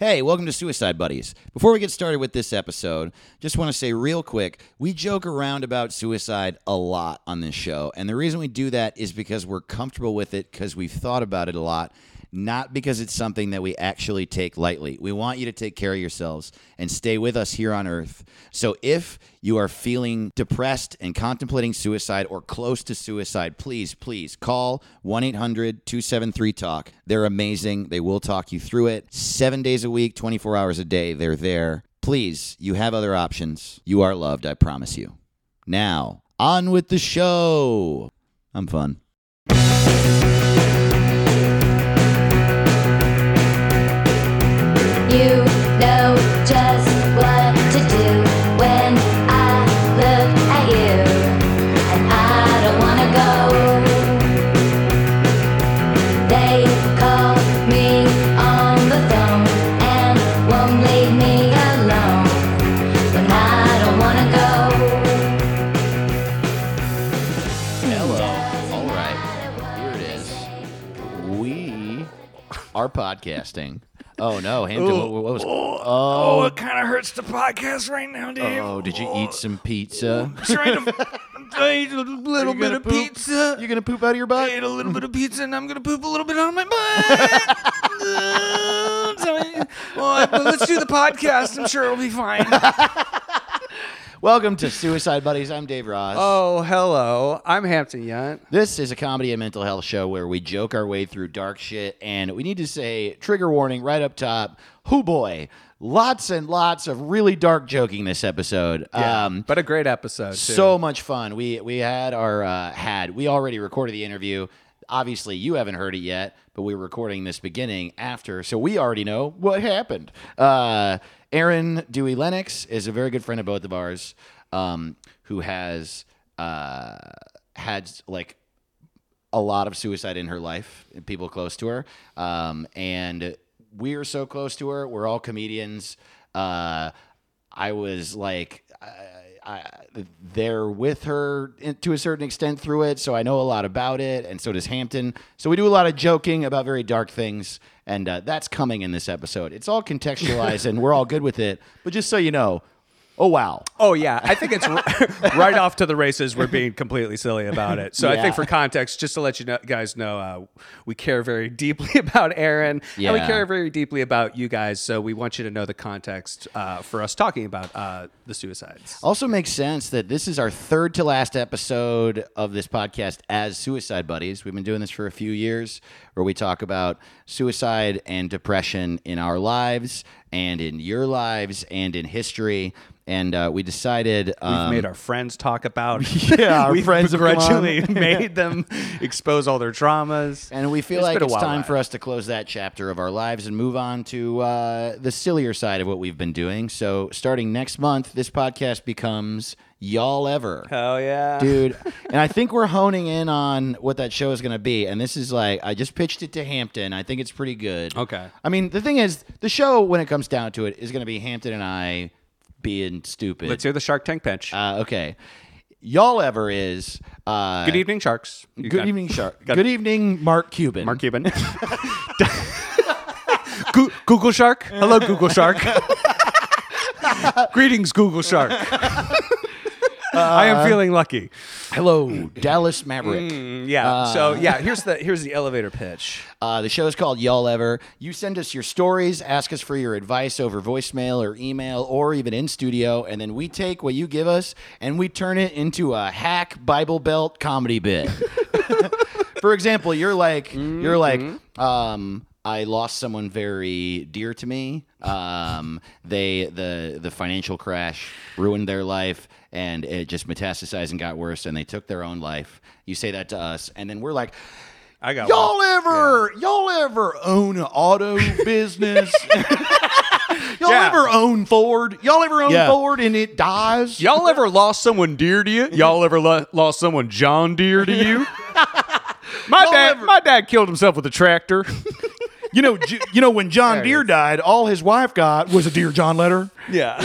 Hey, welcome to Suicide Buddies. Before we get started with this episode, just want to say real quick we joke around about suicide a lot on this show. And the reason we do that is because we're comfortable with it, because we've thought about it a lot, not because it's something that we actually take lightly. We want you to take care of yourselves and stay with us here on Earth. So if you are feeling depressed and contemplating suicide or close to suicide, please, please call 1 800 273 TALK. They're amazing. They will talk you through it seven days a week, 24 hours a day. They're there. Please, you have other options. You are loved, I promise you. Now, on with the show. I'm fun. You know just what to do when I look at you, and I don't wanna go. They call me on the phone and won't leave me alone when I don't wanna go. Hello. All Doesn't right. matter what Here it they is. say. We are podcasting. Oh, no. Hampton, Ooh. what, what was. Oh, Oh. oh, it kind of hurts the podcast right now, Dave. Oh, did you eat some pizza? I'm trying to I ate a little You bit gonna of poop? pizza. You gonna poop out of your I butt? ate a little bit of pizza, and I'm gonna poop a little bit on my butt. Uh, sorry. well, but let's do the podcast. I'm sure it'll be fine. Welcome to Suicide Buddies. I'm Dave Ross. Oh, hello. I'm Hampton Yunt. This is a comedy and mental health show where we joke our way through dark shit, and we need to say trigger warning right up top. Hoo boy, lots and lots of really dark joking this episode. Um, but a great episode. Too. so much fun. We we had our uh, had we already recorded the interview. Obviously, you haven't heard it yet, but we we're recording this beginning after, so we already know what happened. Uh, Aaron Dewey Lennox is a very good friend of both of ours, um, who has uh, had like a lot of suicide in her life, people close to her. Um, and we are so close to her. We're all comedians. Uh, I was like, I, I, they're with her in, to a certain extent through it. So I know a lot about it. And so does Hampton. So we do a lot of joking about very dark things. And uh, that's coming in this episode. It's all contextualized and we're all good with it. But just so you know, oh, wow. oh yeah, I think it's r- right off to the races. We're being completely silly about it. So I Yeah. think for context, just to let you know, guys know, uh, we care very deeply about Aaron, and Yeah. we care very deeply about you guys. So we want you to know the context uh, for us talking about uh, the suicides. Also makes sense that this is our third to last episode of this podcast as Suicide Buddies. We've been doing this for a few years where we talk about suicide and depression in our lives and in your lives and in history. And uh, we decided We've um, made our friends talk about. Yeah, our We've friends have come on. begrudgingly made them expose all their traumas, and we feel It's like been a it's wild time ride. for us to close that chapter of our lives and move on to uh, the sillier side of what we've been doing. So starting next month, this podcast becomes Y'all Ever. Hell yeah, dude. and I think we're honing in on what that show is going to be. And this is like, I just pitched it to Hampton. I think it's pretty good. Okay. I mean, the thing is, the show, when it comes down to it, is going to be Hampton and I being stupid. Let's hear the Shark Tank pitch. uh, okay. Y'all ever is. Uh, Good evening, sharks. You Good got- evening, Shark. got- Good evening, Mark Cuban. Mark Cuban. Goo- Google Shark. Hello, Google Shark. Greetings, Google Shark. Uh, I am feeling lucky. Hello, Dallas Maverick. Mm. Yeah. so yeah, here's the here's the elevator pitch. Uh, the show is called Y'all Ever. You send us your stories, ask us for your advice over voicemail or email or even in studio, and then we take what you give us and we turn it into a hack Bible Belt comedy bit. for example, you're like, you're like, um, I lost someone very dear to me. Um, they the the financial crash ruined their life, and it just metastasized and got worse, and they took their own life. You say that to us, and then we're like, I got Y'all ever y'all ever own an auto business? y'all Yeah. ever own Ford? Y'all ever own Yeah. Ford and it dies? Y'all ever lost someone dear to you? Y'all ever lo- lost someone John dear to you? My dad, my dad killed himself with a tractor. You know, J- you know when John There it Deere is. died, all his wife got was a Dear John letter. Yeah.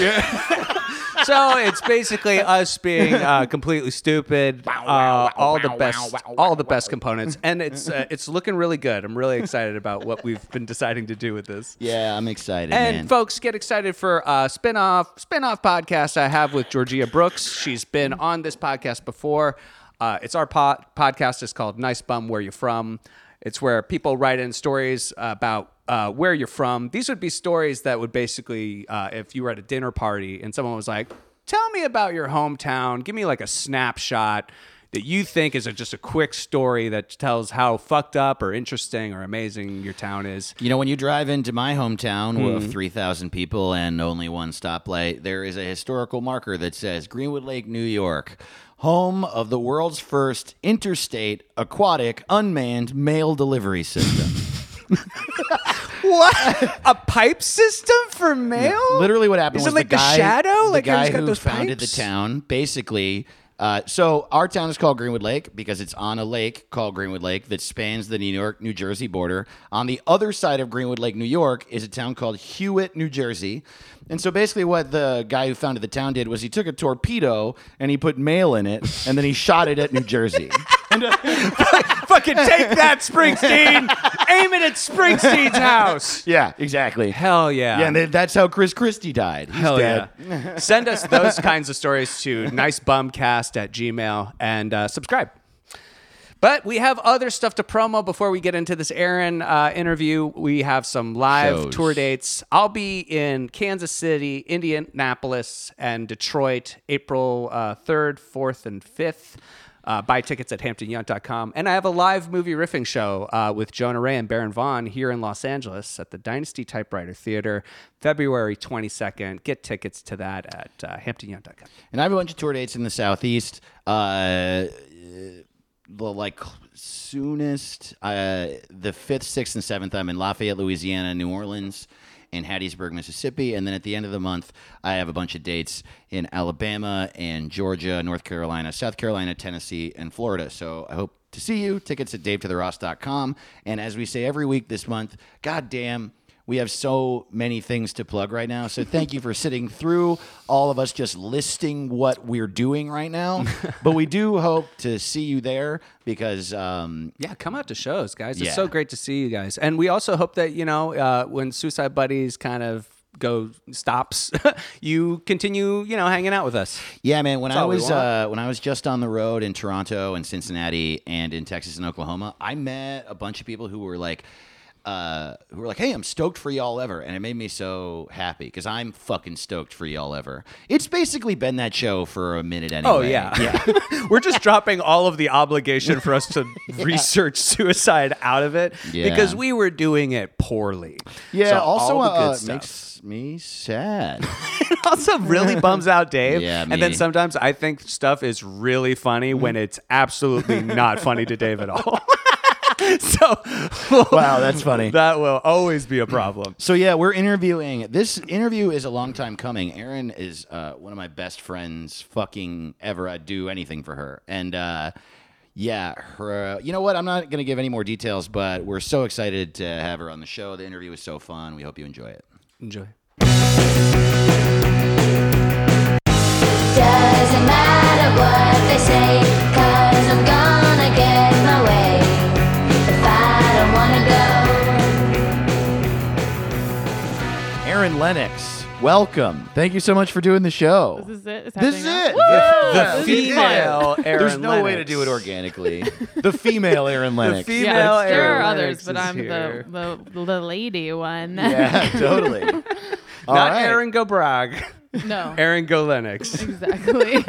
so it's basically us being uh, completely stupid. Uh, all the best, all the best components, and it's uh, it's looking really good. I'm really excited about what we've been deciding to do with this. Yeah, I'm excited, And man. folks, get excited for a spinoff spinoff podcast I have with Georgia Brooks. She's been on this podcast before. Uh, it's our pod- podcast. It's called Nice Bum Where You From. It's where people write in stories about uh, where you're from. These would be stories that would basically, uh, if you were at a dinner party and someone was like, "Tell me about your hometown. Give me like a snapshot." That you think is a, just a quick story that tells how fucked up or interesting or amazing your town is. You know, when you drive into my hometown of 3,000 people and only one stoplight, there is a historical marker that says Greenwood Lake, New York, home of the world's first interstate aquatic unmanned mail delivery system. What? a pipe system for mail? Literally, what happened Is was it like the, guy, shadow? the like guy everyone's got who those founded pipes? the town, basically. Uh, so our town is called Greenwood Lake because it's on a lake called Greenwood Lake that spans the New York New Jersey border. On the other side of Greenwood Lake, New York, is a town called Hewitt, New Jersey. And so basically, what the guy who founded the town did was he took a torpedo and he put mail in it, and then he shot it at New Jersey. Fucking take that, Springsteen! Aim it at Springsteen's house. yeah, exactly. Hell yeah. Yeah, and th- that's how Chris Christie died. He's Hell dead. yeah. Send us those kinds of stories to nicebumcast at gmail and uh, subscribe. But we have other stuff to promo before we get into this Aaron uh, interview. We have some live Shows. tour dates. I'll be in Kansas City, Indianapolis, and Detroit April uh, 3rd, 4th, and 5th. Uh, buy tickets at hamptonyunt.com. And I have a live movie riffing show uh, with Jonah Ray and Baron Vaughn here in Los Angeles at the Dynasty Typewriter Theater, February 22nd. Get tickets to that at uh, hamptonyunt.com. and I have a bunch of tour dates in the southeast. Uh, the like soonest, uh, the fifth, sixth, and seventh. I'm in Lafayette, Louisiana, New Orleans, and Hattiesburg, Mississippi, and then at the end of the month, I have a bunch of dates in Alabama and Georgia, North Carolina, South Carolina, Tennessee, and Florida. So I hope to see you. Tickets at davetotheross.com. And as we say every week this month, goddamn. We have so many things to plug right now. So thank you for sitting through all of us just listing what we're doing right now. but we do hope to see you there because um, Yeah, come out to shows, guys. It's Yeah. so great to see you guys. And we also hope that, you know, uh, when Suicide Buddies kind of go stops, you continue, you know, hanging out with us. yeah, man. When I all we was want. uh, when I was just on the road in Toronto and Cincinnati and in Texas and Oklahoma, I met a bunch of people who were like. Uh, who were like, "Hey, I'm stoked for y'all ever," and it made me so happy because I'm fucking stoked for y'all ever. It's basically been that show for a minute anyway. Oh, yeah. yeah. We're just dropping all of the obligation for us to research suicide out of it Yeah. because we were doing it poorly. Yeah. So also, all the good uh, stuff. makes me sad. it also really bums out Dave. Yeah, and then me. Mm. sometimes I think stuff is really funny when it's absolutely not funny to Dave at all. so wow, that's funny. that will always be a problem. So yeah, we're interviewing. This interview is a long time coming. Erin is uh, one of my best friends, fucking ever. I'd do anything for her. And uh, yeah, her. You know what? I'm not gonna give any more details, but we're so excited to have her on the show. The interview was so fun. We hope you enjoy it. Enjoy. Doesn't matter what they say, cause I'm gonna get my way. If I don't wanna go, Erin Lennox, welcome. Thank you so much for doing the show. This is it. It's This happening is it. now. The This is female it. Erin There's no way to Lennox. do it organically. the female Erin Lennox. The Yeah, Female there are Aaron others, Lennox but is I'm here. the, the the lady one. yeah, totally. All Not right. Aaron Gobrag. no, Aaron Go Lennox. exactly.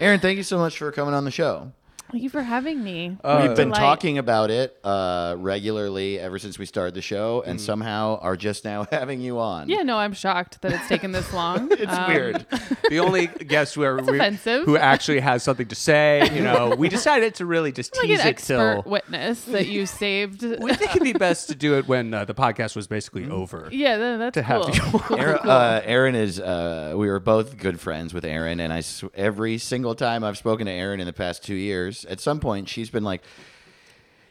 Aaron, thank you so much for coming on the show. Thank you for having me. We've been Delight. talking about it uh, regularly ever since we started the show, and somehow are just now having you on. yeah, no, I'm shocked that it's taken this long. it's Um, weird. the only guest where we, offensive. who actually has something to say. You know, we decided to really just I'm tease Like an it till. expert witness that you saved. we think it'd be best to do it when uh, the podcast was basically Mm. over. yeah, no, that's have cool. you Cool, Aaron, cool, uh, Aaron is. Uh, we were both good friends with Aaron, and I sw- every single time I've spoken to Aaron in the past two years, at some point she's been like.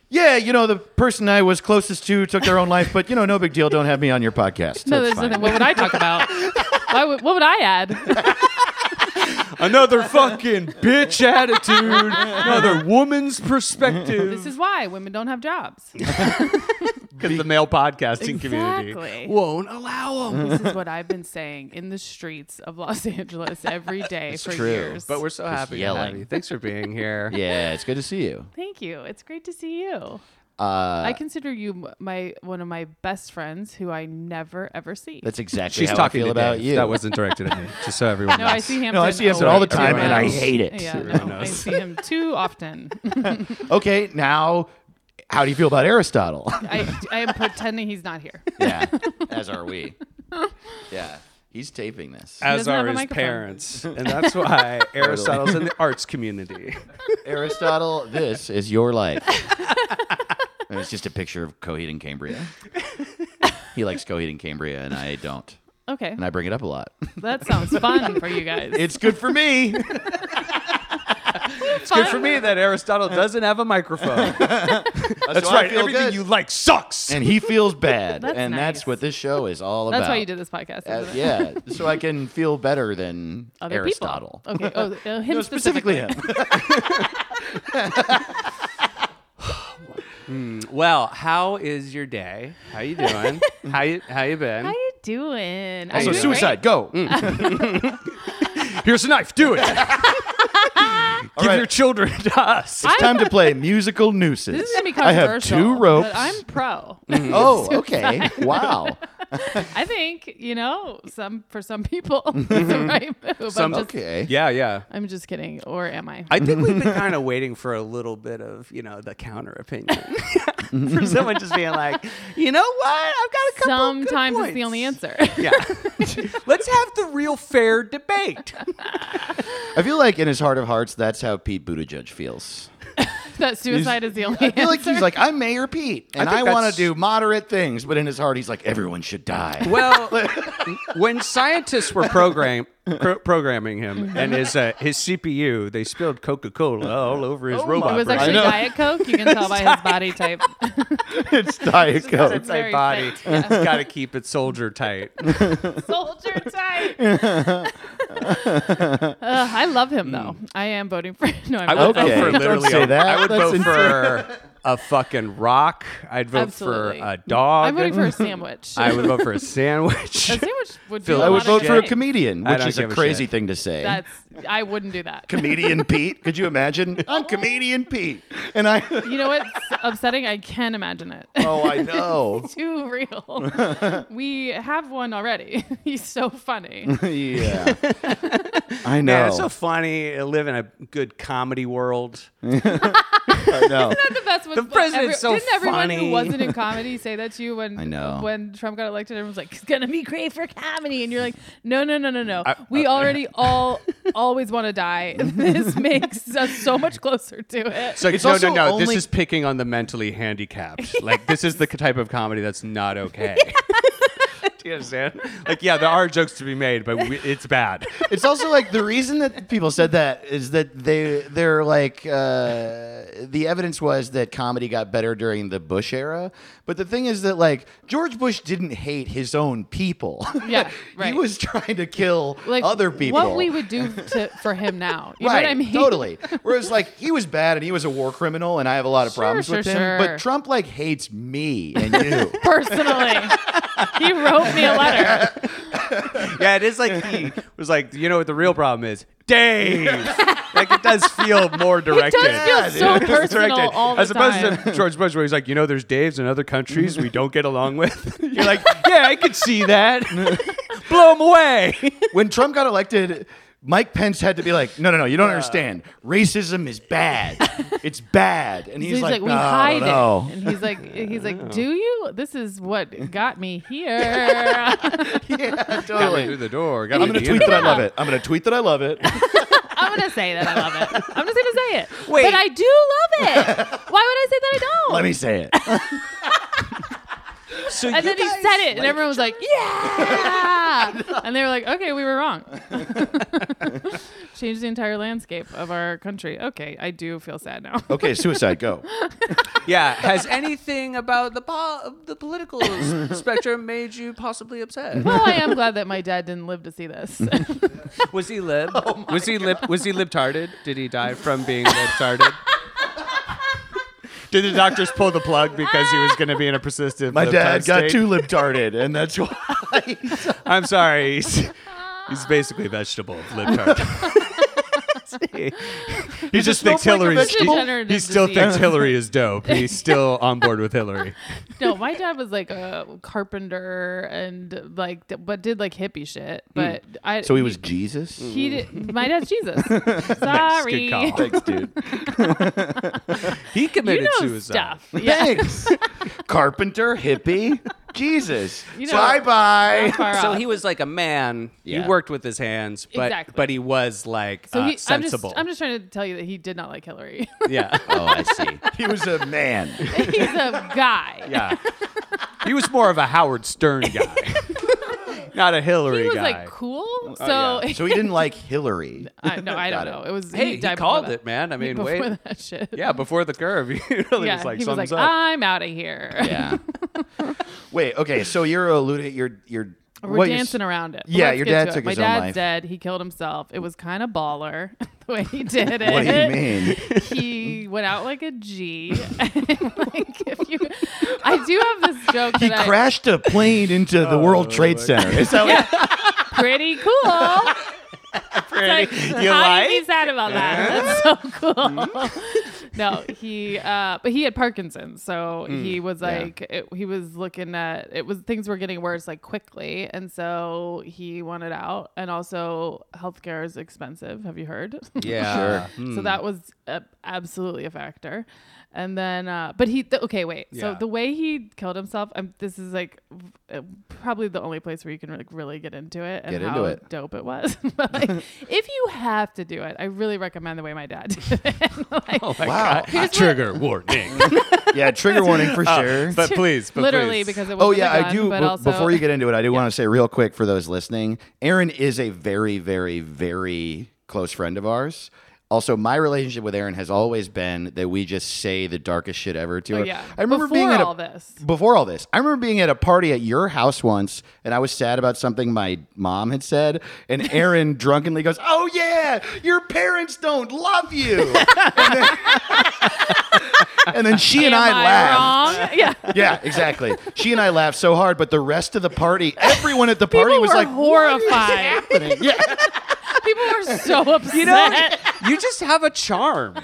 yeah, you know, the person I was closest to took their own life, but you know, no big deal. Don't have me on your podcast. No, That's there's fine. nothing. What would I talk about? Why would, what would I add? Another fucking bitch attitude. Another woman's perspective. This is why women don't have jobs. Because the male podcasting Exactly. community won't allow them. Mm-hmm. This is what I've been saying in the streets of Los Angeles every day for true. years. But we're so happy to have yelling. you. Thanks for being here. Yeah, it's good to see you. Thank you. It's great to see you. Uh, I consider you m- my one of my best friends who I never ever see. that's exactly She's how talking I feel to about Dave. you. That wasn't directed at me. Just so everyone no, knows. I see him. no, I see him all the time, and I Everyone hate it. Yeah, no, I see him too often. Okay, now, how do you feel about Aristotle? I, I am pretending he's not here. yeah, as are we. Yeah, he's taping this. As doesn't have are a his microphone. parents. And that's why Aristotle's in the arts community. Aristotle, this is your life. and it's just a picture of Coheed and Cambria. He likes Coheed and Cambria, and I don't. Okay, And I bring it up a lot. that sounds fun for you guys. It's good for me. it's fun. Good for me that Aristotle doesn't have a microphone. That's That's why I right. feel Everything good. you like sucks. and he feels bad. That's and that's nice. what this show is all about. That's why you did this podcast. Uh, isn't it? yeah, so I can feel better than Other Aristotle. people. Okay. Oh, uh, him No, specifically. specifically him. Hmm, well, how is your day? How you doing? how you how you been? How you doing? I So do suicide, go. Hmm. Here's a knife. Do it. Give right. your children to us. great. Time to play musical nooses. This is gonna be I controversial. have two ropes. But I'm pro. oh, okay. Wow. I think you know some for some people it's the right move. Some- I'm just, Okay. Yeah, yeah. I'm just kidding, or am I? I think we've been kind of waiting for a little bit of, you know, the counter opinion. for someone just being like, you know what? I've got a couple good Sometimes it's the points." only answer. Yeah. Let's have the real fair debate. I feel like in his heart of hearts, that's how Pete Buttigieg feels. that suicide is the only I feel like answer. he's like, I'm Mayor Pete, and think I, want that's- to do moderate things, but in his heart, he's like, everyone should die. Well, when scientists were program pro- programming Mm-hmm. him and his uh, his CPU, they spilled Coca Cola all over his robot. Oh, it was brain. actually I know. Diet Coke. You can tell by his body type. it's Diet Coke. It's Tight very body. tight, yeah. Got to keep it soldier tight. Soldier type. Ugh, I love him though. I am voting for. No, I'm Hmm. I not. would Okay, vote for don't literally. say a- that. I would That's vote for a fucking rock. I'd vote Absolutely. for a dog. I'm voting for a sandwich. I would vote for a sandwich. a sandwich would Phil, do I a would lot vote of for a good. comedian, I which don't is a give a crazy shit. thing to say. That's I wouldn't do that. comedian Pete. Could you imagine? I'm comedian Pete, and I. You know what's upsetting? I can imagine it. Oh, I know. Too real. we have one already. He's so funny. yeah, I know. Man, it's so funny. I live in a good comedy world. I know. the best one. The president's so Didn't everyone funny. who wasn't in comedy say that to you when I know. when Trump got elected? Everyone's like, "It's gonna be great for comedy," and you're like, "No, no, no, no, no. we uh, already all always want to die. This makes us so much closer to it." It's like, It's no, also no, no. only- This is picking on the mentally handicapped. Like, this is the type of comedy that's not okay. Do you understand? Like, yeah, there are jokes to be made, but we, it's bad. It's also like the reason that people said that is that they they're like uh, the evidence was that comedy got better during the Bush era, but the thing is that like George Bush didn't hate his own people. Yeah, right. he was trying to kill like other people. What we would do to, for him now? You right, know what I mean? totally. Whereas, like, he was bad and he was a war criminal, and I have a lot of Sure, problems with sure, him. sure. But Trump, like, hates me and you. Personally, he wrote me a letter. Yeah, it is like he was like, you know what the real problem is? Dave. like it does feel more directed. does feel Yeah, so dude. It's personal all the As opposed to time. George Bush, where he's like, you know, there's Daves in other countries we don't get along with. You're like, yeah, I could see that. Blow him away. when Trump got elected, Mike Pence had to be like, no, no, no, you don't understand. Racism is bad. It's bad. And he's, he's like, like, we "No, I hide don't know." it, and he's like, he's like, do you? This is what got me here. Yeah, Got me totally. through the door. Got I'm me going to the tweet that I internet. love it. I'm going to tweet that I love it. I'm gonna say that I love it. I'm just gonna say it. Wait. but I do love it. Why would I say that I don't? Let me say it. So and you then he guys said it, and everyone was like, "Yeah!" and they were like, "Okay, we were wrong." Changed the entire landscape of our country. Okay, I do feel sad now. Okay, suicide, go. Yeah. Has anything about the po- the political s- spectrum made you possibly upset? well, I am glad that my dad didn't live to see this. Was he lib? was he lib? Was he libtarded? Did he die from being libtarded? Did the doctors pull the plug because he was going to be in a persistent? My lip dad tart got state? too libtarded, and that's why. I'm sorry. He's, he's basically a vegetable lip tart. he just thinks no point Hillary. to vegetable. He, he still thinks Degenerative disease. Hillary is dope. He's still on board with Hillary. no, my dad was like a carpenter and like, d- but did like hippie shit. But I So he was Jesus. He did, my dad's Jesus. Good Sorry. call. Thanks, dude. He You committed know suicide. stuff. Yeah. Thanks, carpenter, hippie, Jesus. You know- bye bye. Far So off. he was like a man. Yeah. He worked with his hands, but Exactly. but he was like So uh, he, I'm just, sensible. I'm just trying to tell you that he did not like Hillary. yeah, Oh, I see. He was a man. He's a guy. Yeah. He was more of a Howard Stern guy, not a Hillary He was guy. like cool. So, So he didn't like Hillary. I, no, I Got don't it. know. It was hey, he, died before called that. it, man. I He- mean, before wait, that shit. yeah, before the curve, he really Yeah, was like, he was like, "Something's up." I'm out of here. Yeah. Wait. Okay. So you're alluding. You're you're. Oh, We're what you're s- dancing around it. But Yeah, let's your get dad to it. took his My own dad's life. dead. He killed himself. It was kind of baller the way he did it. What do you mean? he went out like a G. like if you, I do have this joke He that I- crashed a plane into the World Trade Center. Is that what? pretty cool. Pretty. You How like? Mm-hmm. do you be sad about that? That's so cool. no, he, uh, but he had Parkinson's, so he Mm, was like, it, he was looking at it was things were getting worse like quickly, and so he wanted out, and also healthcare is expensive. Have you heard? yeah, Hmm. Hmm. So that was uh, absolutely a factor. And then, uh, but he, th- okay, wait. So Yeah. the way he killed himself, um, this is like v- uh, probably the only place where you can like really get into it and Get into how it. dope it was. but like, if you have to do it, I really recommend the way my dad did it. Like, Oh Wow. Trigger warning. Yeah. Trigger warning for sure. but please, but literally please. because it was Oh yeah, I do. but be- also, before you get into it, I do want to say real quick for those listening, Aaron is a very, very, very close friend of ours. Also, my relationship with Aaron has always been that we just say the darkest shit ever to Oh, her. yeah. I remember Before being at a, all this. Before all this, I remember being at a party at your house once, and I was sad about something my mom had said, and Aaron drunkenly goes, "Oh yeah, your parents don't love you," and then, and then she and Am I, I laughed. wrong? Yeah. Yeah, exactly. she and I laughed so hard, but the rest of the party, everyone at the party People was were like, horrified. People were so upset. you know, you just have a charm.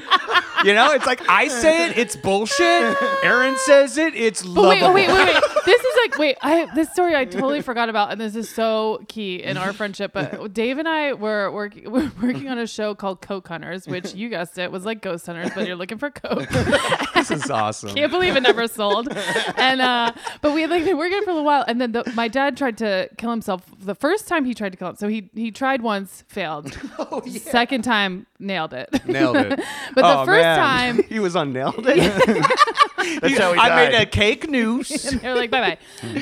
You know, it's like I say it, it's bullshit. Aaron says it, it's But lovable. wait, oh, wait, wait, wait. This is like, wait, I this story I totally forgot about, and this is so key in our friendship. But Dave and I were working we were working on a show called Coke Hunters, which you guessed it was like Ghost Hunters, but you're looking for Coke. this is awesome. Can't believe it never sold. And uh, but we had like been working for a little while, and then the, my dad tried to kill himself the first time he tried to kill himself. So he he tried once, failed. Second time, nailed it. Oh, Nailed it. But the Oh, first man. time, he was on nailed it. That's how he I died. made a cake noose. and they were like, bye bye.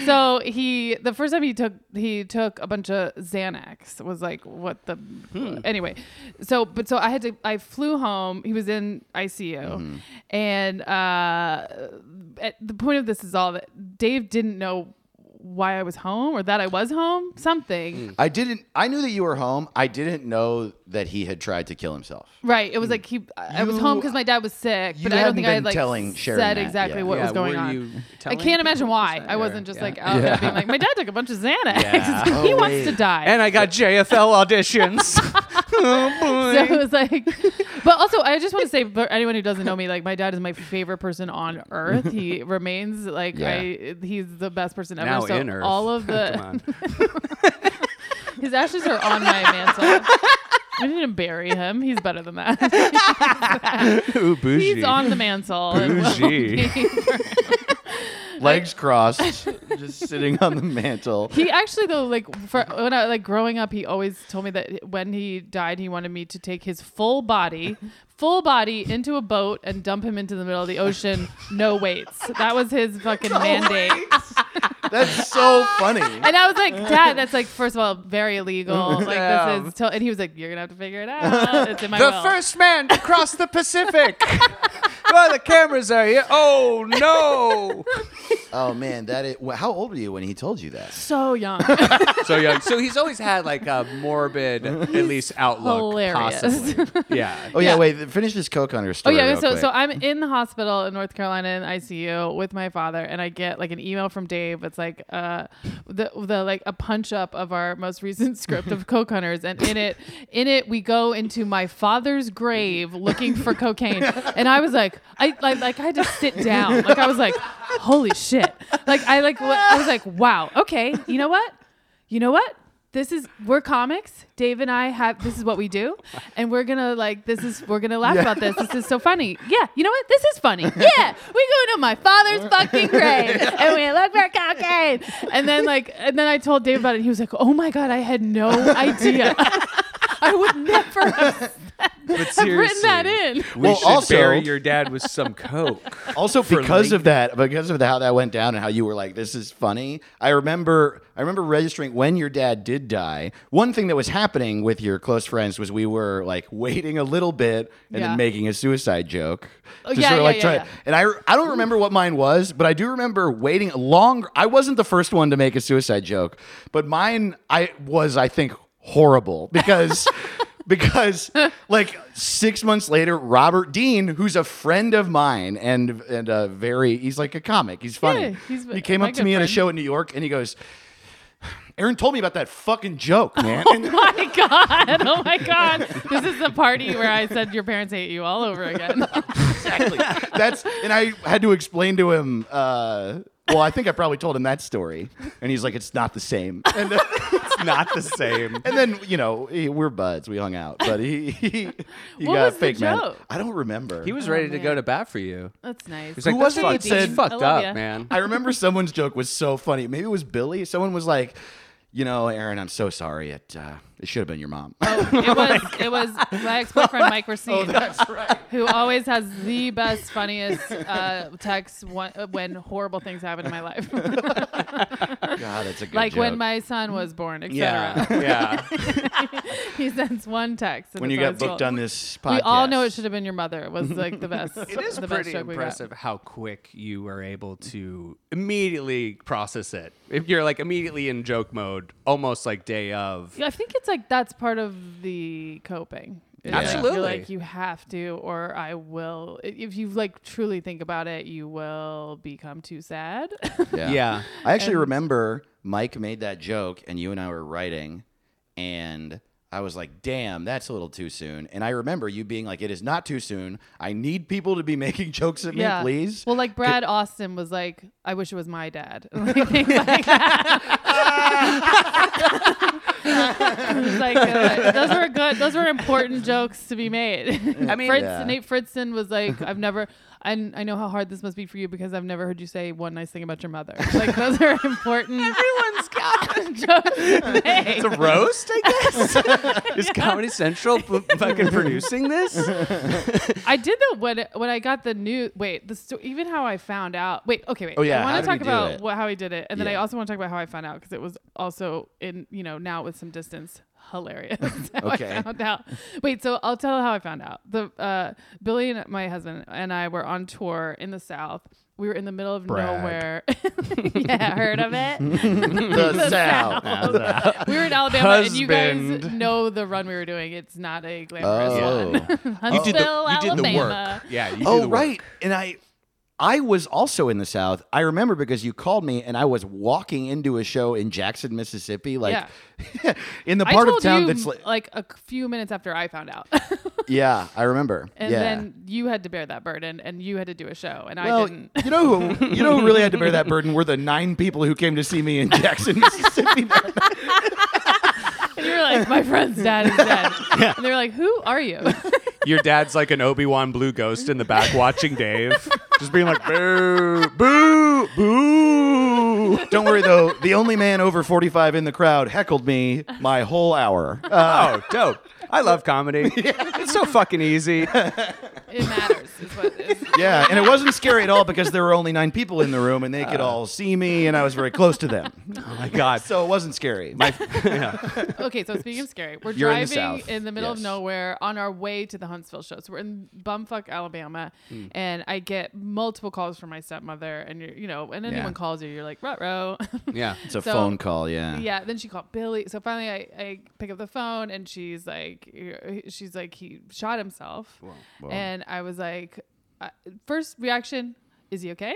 so he, the first time he took, he took a bunch of Xanax. Was like, what the? Hmm. Anyway, so but so I had to, I flew home. He was in ICU, Mm-hmm. and uh, at the point of this is all that Dave didn't know why I was home or that I was home. Something. I didn't. I knew that you were home. I didn't know that he had tried to kill himself. Right. It was like he. I I was home because my dad was sick, Hmm. you but I don't hadn't think I been had like telling Sharon said that exactly yet. what Yeah, was going were on. you I telling can't imagine people why. percent I or- wasn't just yeah. like out there being like, my dad took a bunch of Xanax. he wants to die. and I got JFL auditions. so it was like, but also I just want to say for anyone who doesn't know me, like my dad is my favorite person on earth. He remains like Yeah. I. He's the best person ever. Now so in Earth. all of Come the on. his ashes are on my mantle. I didn't bury him. He's better than that. Ooh, bougie. He's on the mantle. and will Bougie. be for- Legs crossed, just sitting on the mantle. He actually though, like for when I like growing up, he always told me that when he died, he wanted me to take his full body, full body into a boat and dump him into the middle of the ocean, no weights. That was his fucking mandate. That's so funny. And I was like, Dad, that's like, first of all, very illegal. Like, Yeah. this is. To-. And he was like, You're going to have to figure it out. It's in my The will. first man to cross the Pacific. well, the cameras are here. Oh no! Oh man, that is. wh- How old were you when he told you that? so young. So young. So he's always had like a morbid, at least outlook. hilarious. Possibly. Yeah. Oh yeah, Yeah. wait. Finish this Coke Hunter Oh story. yeah, real so quick. so I'm in the hospital in North Carolina in ICU with my father, and I get like an email from Dave. It's like uh, the the like a punch up of our most recent script of Coke Hunters, and in it in it we go into my father's grave looking for cocaine, and I was like, I like like I had to sit down, like I was like, holy shit, like I like wa- I was like, wow, okay, you know what, you know what. This is we're comics. Dave and I have this is what we do, and we're gonna like this is we're gonna laugh about this. This is so funny. Yeah, you know what? This is funny. Yeah, we go to my father's fucking grave and we look for cocaine. And then like and then I told Dave about it. And he was like, "Oh my god, I had no idea. I would never have But written that in." We Well, should also- bury your dad with some coke. also because like- of that, because of the, how that went down and how you were like, "This is funny." I remember, I remember registering when your dad did die. One thing that was happening with your close friends was we were like waiting a little bit and Yeah. then making a suicide joke. Oh, To yeah, sort of yeah, like yeah, try- yeah. And I, I don't remember what mine was, but I do remember waiting a long. I wasn't the first one to make a suicide joke, but mine, I was, I think, horrible because. Because like six months later, Robert Dean, who's a friend of mine and and a very he's like a comic, he's funny. Yeah, he's he came my up to good me at a friend. show in New York and he goes, "Aaron told me about that fucking joke, man." And- Oh my god! Oh my god! This is the party where I said your parents hate you all over again. exactly. That's and I had to explain to him. Uh, well, I think I probably told him that story, and he's like, "It's not the same." And, then- It's not the same. and then you know he- we're buds. We hung out, but he he, he What got was the fake man. joke? I don't remember. He was Oh, ready to go man. to bat for you. That's nice. He's like, was this it fuck- that this said- is fucked I love up, ya. man. I remember someone's joke was so funny. Maybe it was Billy. Someone was like, "You know, Aaron, I'm so sorry. It uh, it should have been your mom." it was it was my ex boyfriend Oh, Mike Racine. Who always has the best, funniest uh, texts one, uh, when horrible things happen in my life, God, that's a good like when joke. my son was born, etc. yeah yeah. he sends one text. and when it's you always got booked cool. on this podcast. we all know it should have been your mother. Was like the best. It is the pretty best joke we got. impressive how quick you were able to immediately process it. If you're like immediately in joke mode, almost like day of. Yeah, I think it's like that's part of the coping. is like, Absolutely. you're like you have to, or I will. i- If you like truly think about it, you will become too sad. Yeah. Yeah. I actually remember Mike made that joke and you and I were writing and I was like, damn, that's a little too soon. And I remember you being like, it is not too soon. I need people to be making jokes at me, please. Well, like Brad Austin was like, I wish it was my dad. Like things like that. It's like, uh, those were good. Those were important jokes to be made. I mean- Fritz, Yeah. Nate Fritzen was like, I've never. I, I know how hard this must be for you because I've never heard you say one nice thing about your mother. Like those are important. Everyone's got jokes. to make. It's a roast, I guess. is Comedy Central f- fucking producing this? I did though when when I got the new wait the sto- even how I found out wait okay wait Oh, yeah, I how want did to we talk do it? about what, how he did it and then I Yeah. also want to talk about how I found out because it was also in you know now with some distance hilarious how Okay. I found out wait so I'll tell how I found out the uh, Billy and my husband and I were on tour in the South we were in the middle of Brag. nowhere yeah heard of it the sound. we were in Alabama and you guys Husband. know the run we were doing it's not a glamorous Oh. one Huntsville Alabama Yeah, you did oh, the work. right. And I. I was also in the South. I remember because you called me and I was walking into a show in Jackson, Mississippi, like in the I part told of town you that's like, like, a c- few minutes after I found out, yeah, I remember. and yeah. then you had to bear that burden, and you had to do a show, and I Well, didn't. you know who you know who really had to bear that burden were the nine people who came to see me in Jackson, Mississippi. And you were like, "My friend's dad is dead," and they were like, "Who are you?" Your dad's like an Obi Wan blue ghost in the back watching Dave, just being like, boo, boo, boo. Don't worry though, the only man over 45 in the crowd heckled me my whole hour. Uh, Oh, dope. I love comedy. It's so fucking easy. It matters. is what it is. Yeah, and it wasn't scary at all because there were only nine people in the room and they could all see me and I was very close to them. Oh my god. So it wasn't scary. Okay, so speaking of scary, we're You're in the driving in South. the, middle Yes. of nowhere on our way to the Huntsville show. So we're in bumfuck Alabama, Hmm. and I get multiple calls from my stepmother, and you're, you know, and anyone calls you, you're like, rut row. Yeah. it's a So- phone call, yeah. yeah then she called billy so finally I, I pick up the phone and she's like she's like he shot himself and i was like uh, first reaction is he okay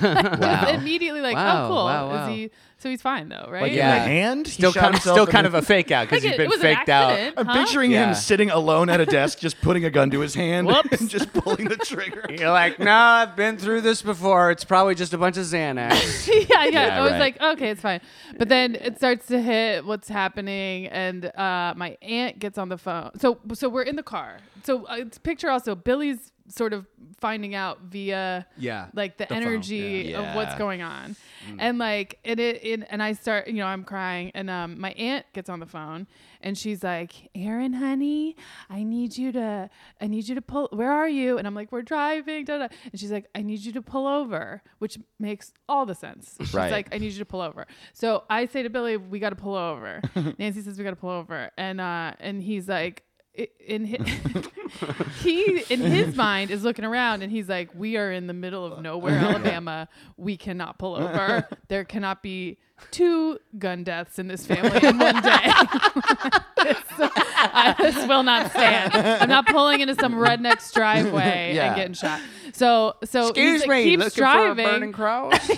Wow. immediately like Wow, oh cool wow, wow. is he so he's fine though right Like in Yeah. the hand? He Still shot kind of, himself still in kind the- of a fake out because Like, you've it- been it was an faked out. accident, I'm huh? picturing Yeah. him sitting alone at a desk, just putting a gun to his hand and just pulling the trigger. You're like, no, I've been through this before. It's probably just a bunch of Xanax. yeah, yeah. Yeah, I was right. like, okay, it's fine. But then it starts to hit what's happening, and uh, my aunt gets on the phone. So, so we're in the car. So, uh, it's picture also Billy's sort of finding out via Yeah, like the, the phone, energy yeah. of what's Yeah. going on, and like and it, it and I start you know I'm crying, and um my aunt gets on the phone, and she's like, Aaron, honey, I need you to I need you to pull. Where are you? And I'm like, we're driving. Da, da. And she's like, I need you to pull over, which makes all the sense. She's Right. like, I need you to pull over. So I say to Billy, we got to pull over. Nancy says we got to pull over, and uh, and he's like, i- in his, he in his mind is looking around, and he's like, we are in the middle of nowhere, Alabama. We cannot pull over. There cannot be two gun deaths in this family in one day. So I, this will not stand. I'm not pulling into some redneck's driveway Yeah. and getting shot. So so Excuse he's me, like, keeps looking driving. for a burning cross.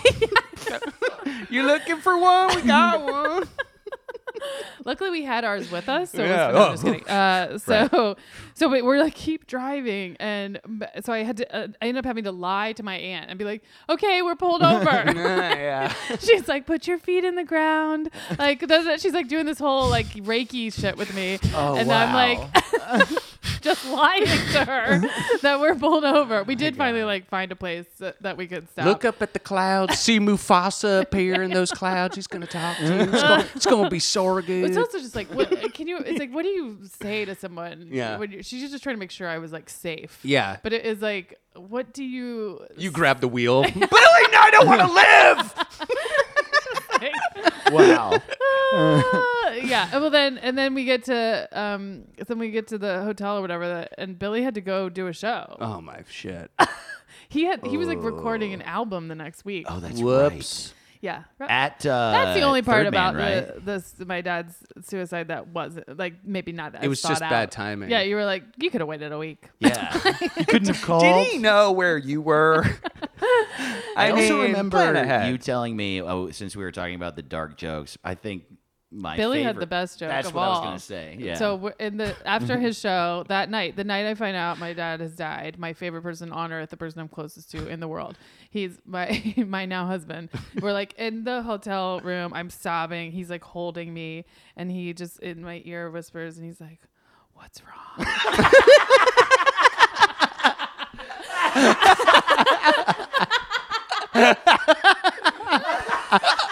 you looking for one? We got one. Luckily, we had ours with us, so Yeah. it was, no, Oh. I'm just kidding. Uh, so, so we, we're like keep driving, and but- so I had to. Uh, I ended up having to lie to my aunt and be like, "Okay, we're pulled over." yeah. she's like, "Put your feet in the ground." Like does it, she's like doing this whole like Reiki shit with me, Oh, and I'm wow. like. Just lying to her that we're pulled over. We did finally like find a place that, that we could stop. Look up at the clouds. See Mufasa appear in those clouds. He's gonna talk to you. It's gonna, it's gonna be so It's good. also just like, what can you? It's like, what do you say to someone? Yeah. When you, she's just trying to make sure I was like safe. Yeah. But it is like, what do you? You grab the wheel. Billy, no, I don't want to live. say? Wow. Ah, yeah. Well, then and then we get to um, then we get to the hotel or whatever, that, and Billy had to go do a show. Oh my shit. He had he was like recording an album the next week. Oh, that's Whoops. yeah. right. Ah, At uh, That's the only part Third Man, about right? the, this my dad's suicide that wasn't like maybe not that It was thought just out. bad timing. Yeah, you were like you could have waited a week. Yeah, you couldn't have called. Did he know where you were? I, also mean, plan remember ahead. you telling me oh, since we were talking about the dark jokes. I think my Billy had favorite- the best joke That's of what all. I was gonna say. Yeah. So we're- in the after his show that night, the night I find out my dad has died, my favorite person on earth, the person I'm closest to in the world, he's my my now husband. We're like in the hotel room. I'm sobbing. He's like holding me, and he just in my ear whispers, and he's like, "What's wrong?"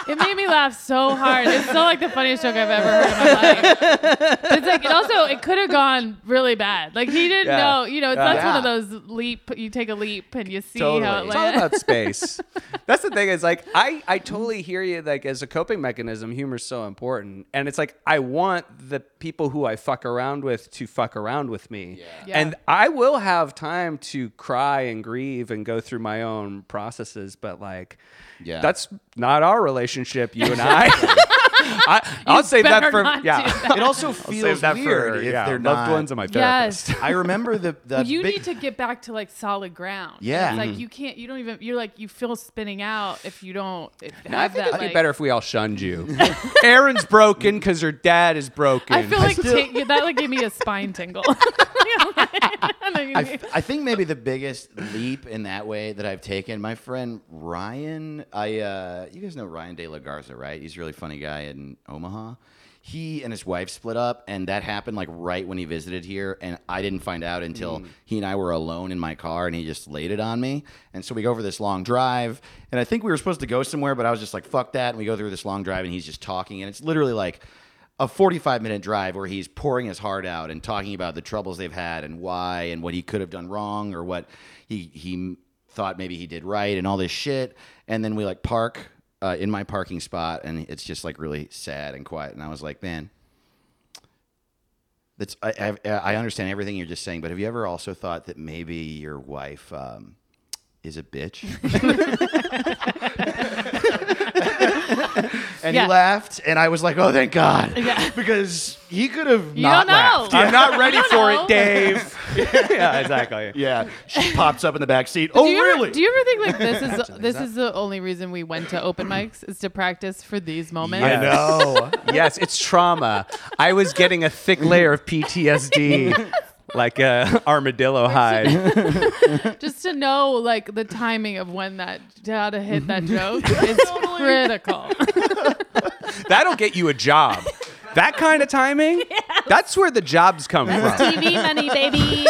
It made me laugh so hard. It's still like the funniest joke I've ever heard in my life. It's like it also it could have gone really bad. Like he didn't Yeah. know. You know, it's that's Yeah. one of those leap. You take a leap and you see how it Totally. lands. It's all about space. That's the thing is like I I totally hear you like as a coping mechanism humor's so important and it's like I want the people who I fuck around with to fuck around with me. Yeah. And I will have time to cry and grieve and go through my own processes but like Yeah. that's not our relationship you and I. I I'll save that better for not yeah. do that. it also I'll feels save that weird for if yeah, they're loved not- ones and my therapist. yes. I remember the the You big, need to get back to like solid ground. Yeah. Mm-hmm. It's like you can't. You don't even. You're like you feel spinning out if you don't. If, No, have I think that, it'd like, be better if we all shunned you. Aaron's broken because her dad is broken. I feel like ti- that like gave me a spine tingle. I, f- I think maybe the biggest leap in that way that I've taken, my friend Ryan, I uh, you guys know Ryan De La Garza, right? He's a really funny guy in Omaha. He and his wife split up, and that happened like right when he visited here, and I didn't find out until he and I were alone in my car, and he just laid it on me. And so we go for this long drive, and I think we were supposed to go somewhere, but I was just like, "Fuck that!" And we go through this long drive, and he's just talking, and it's literally like a 45 minute drive where he's pouring his heart out and talking about the troubles they've had and why and what he could have done wrong or what he he thought maybe he did right and all this shit and then we like park uh, in my parking spot and it's just like really sad and quiet and I was like man that's I, I, I understand everything you're just saying but have you ever also thought that maybe your wife um, is a bitch and Yeah. he laughed and I was like oh thank God Yeah. because he could have You not don't know. laughed. Yeah. I'm not ready don't for know. it, Dave. yeah, exactly. Yeah, she pops up in the back seat. Oh, do you really? Ever, do you ever think like this is this is the only reason we went to open mics is to practice for these moments? Yeah. no. yes, it's trauma. I was getting a thick layer of PTSD, like a armadillo hide. Just to know like the timing of when that how to hit that joke is critical. That'll get you a job. That kind of timing. That's where the jobs come from. TV money, baby.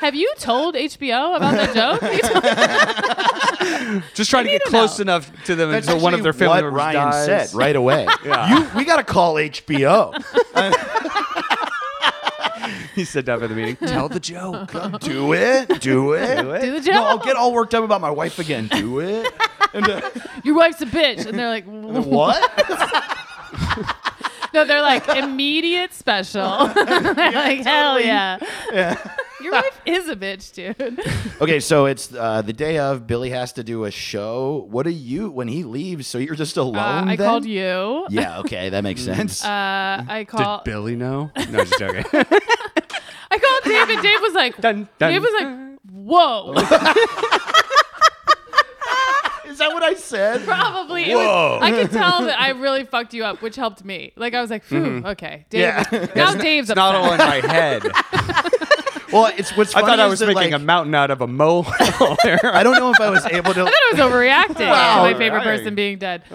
Have you told HBO about that joke? Just trying to get need to close know. enough to them until one of their family what members Ryan dies. said right away. You, we got to call HBO. He said after the meeting, "Tell the joke." do it. Do it. Do Do the joke. No, I'll get all worked up about my wife again. Do it. Your wife's a bitch, and they're like, what? No, they're like immediate special. like hell yeah. Your wife is a bitch, dude. Okay, so it's uh, the day of. Billy has to do a show. What do you when he leaves? So you're just alone. Uh, I then? called you. Yeah. Okay, that makes sense. Uh, I Did called. Billy know? No, just joking. I called David. Dave was like, Dun, dun. Dave was like, whoa. Is that what I said? Probably. It was, I could tell that I really fucked you up, which helped me. Like I was like, phew, okay. Dave. Mm-hmm. Yeah. Now Dave's Not upset. all in my head. Well, it's what's I funny thought I is was that, making a like, mountain out of a mole. I don't know if I was able to. I was overreacting Wow. to my favorite Right. Oh. person being dead.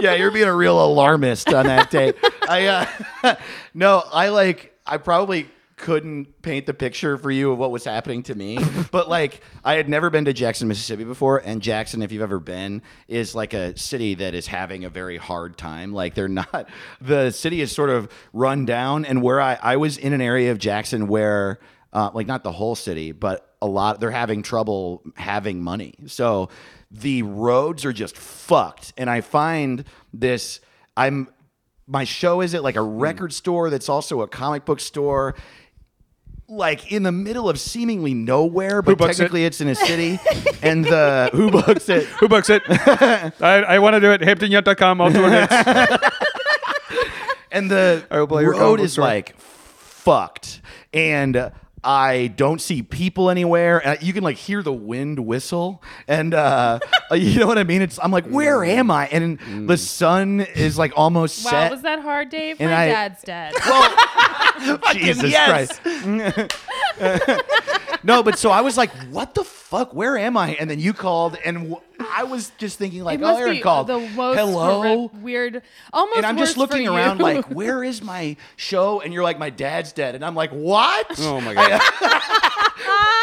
yeah, you're being a real alarmist on that day. I uh, no, I like I probably couldn't paint the picture for you of what was happening to me, but like I had never been to Jackson, Mississippi before, and Jackson, if you've ever been, is like a city that is having a very hard time. Like they're not the city is sort of run down, and where I I was in an area of Jackson where uh, like not the whole city, but a lot they're having trouble having money. So the roads are just fucked. And I find this I'm my show is at like a record store that's also a comic book store like in the middle of seemingly nowhere, but books it? technically it's in a city and the who books it? Who books it? I, I want to do it. HamptonYunt.com. I'll do it. and the will blow your road cover is story. like fucked and i don't see people anywhere and you can like hear the wind whistle and uh you know what i mean it's i'm like where am i and the sun is like almost Wow, set was that hard, Dave? And my I- dad's dead. jesus christ no but so i was like what the fuck where am i and then you called and wh- I was just thinking like It must oh aaron be called the most hello horri- weird, almost. and I'm just worse for looking you. around like, where is my show? And you're like, my dad's dead. And I'm like, what? Oh my god.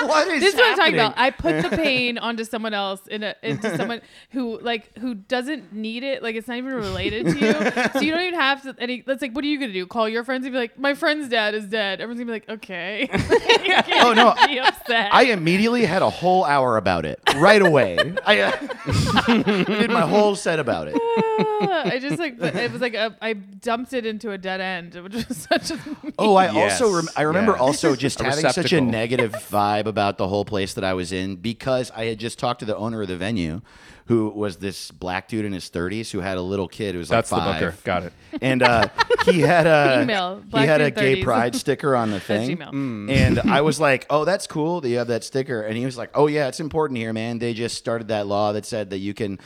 what is this is what I'm talking happening? about. I put the pain onto someone else in a, into someone who like who doesn't need it. Like it's not even related to you, so you don't even have to. Any that's like, what are you gonna do? Call your friends and be like, my friend's dad is dead. Everyone's gonna be like, okay. oh no. be upset. I immediately had a whole hour about it right away. I uh, did my whole set about it. I just like it was like a, I dumped it into a dead end, which was such a Oh, I Yes. also rem- I remember Yeah. also just having such a receptacle. negative vibe about the whole place that I was in because I had just talked to the owner of the venue, who was this black dude in his 30s who had a little kid who was That's the like five. booker. Got it. and uh, he had a Email, he black had a dude gay 30s. pride sticker on the That's thing, Gmail. and I was like, "Oh, that's cool that you have that sticker." And he was like, "Oh yeah, it's important here, man. They just started that law that said that you can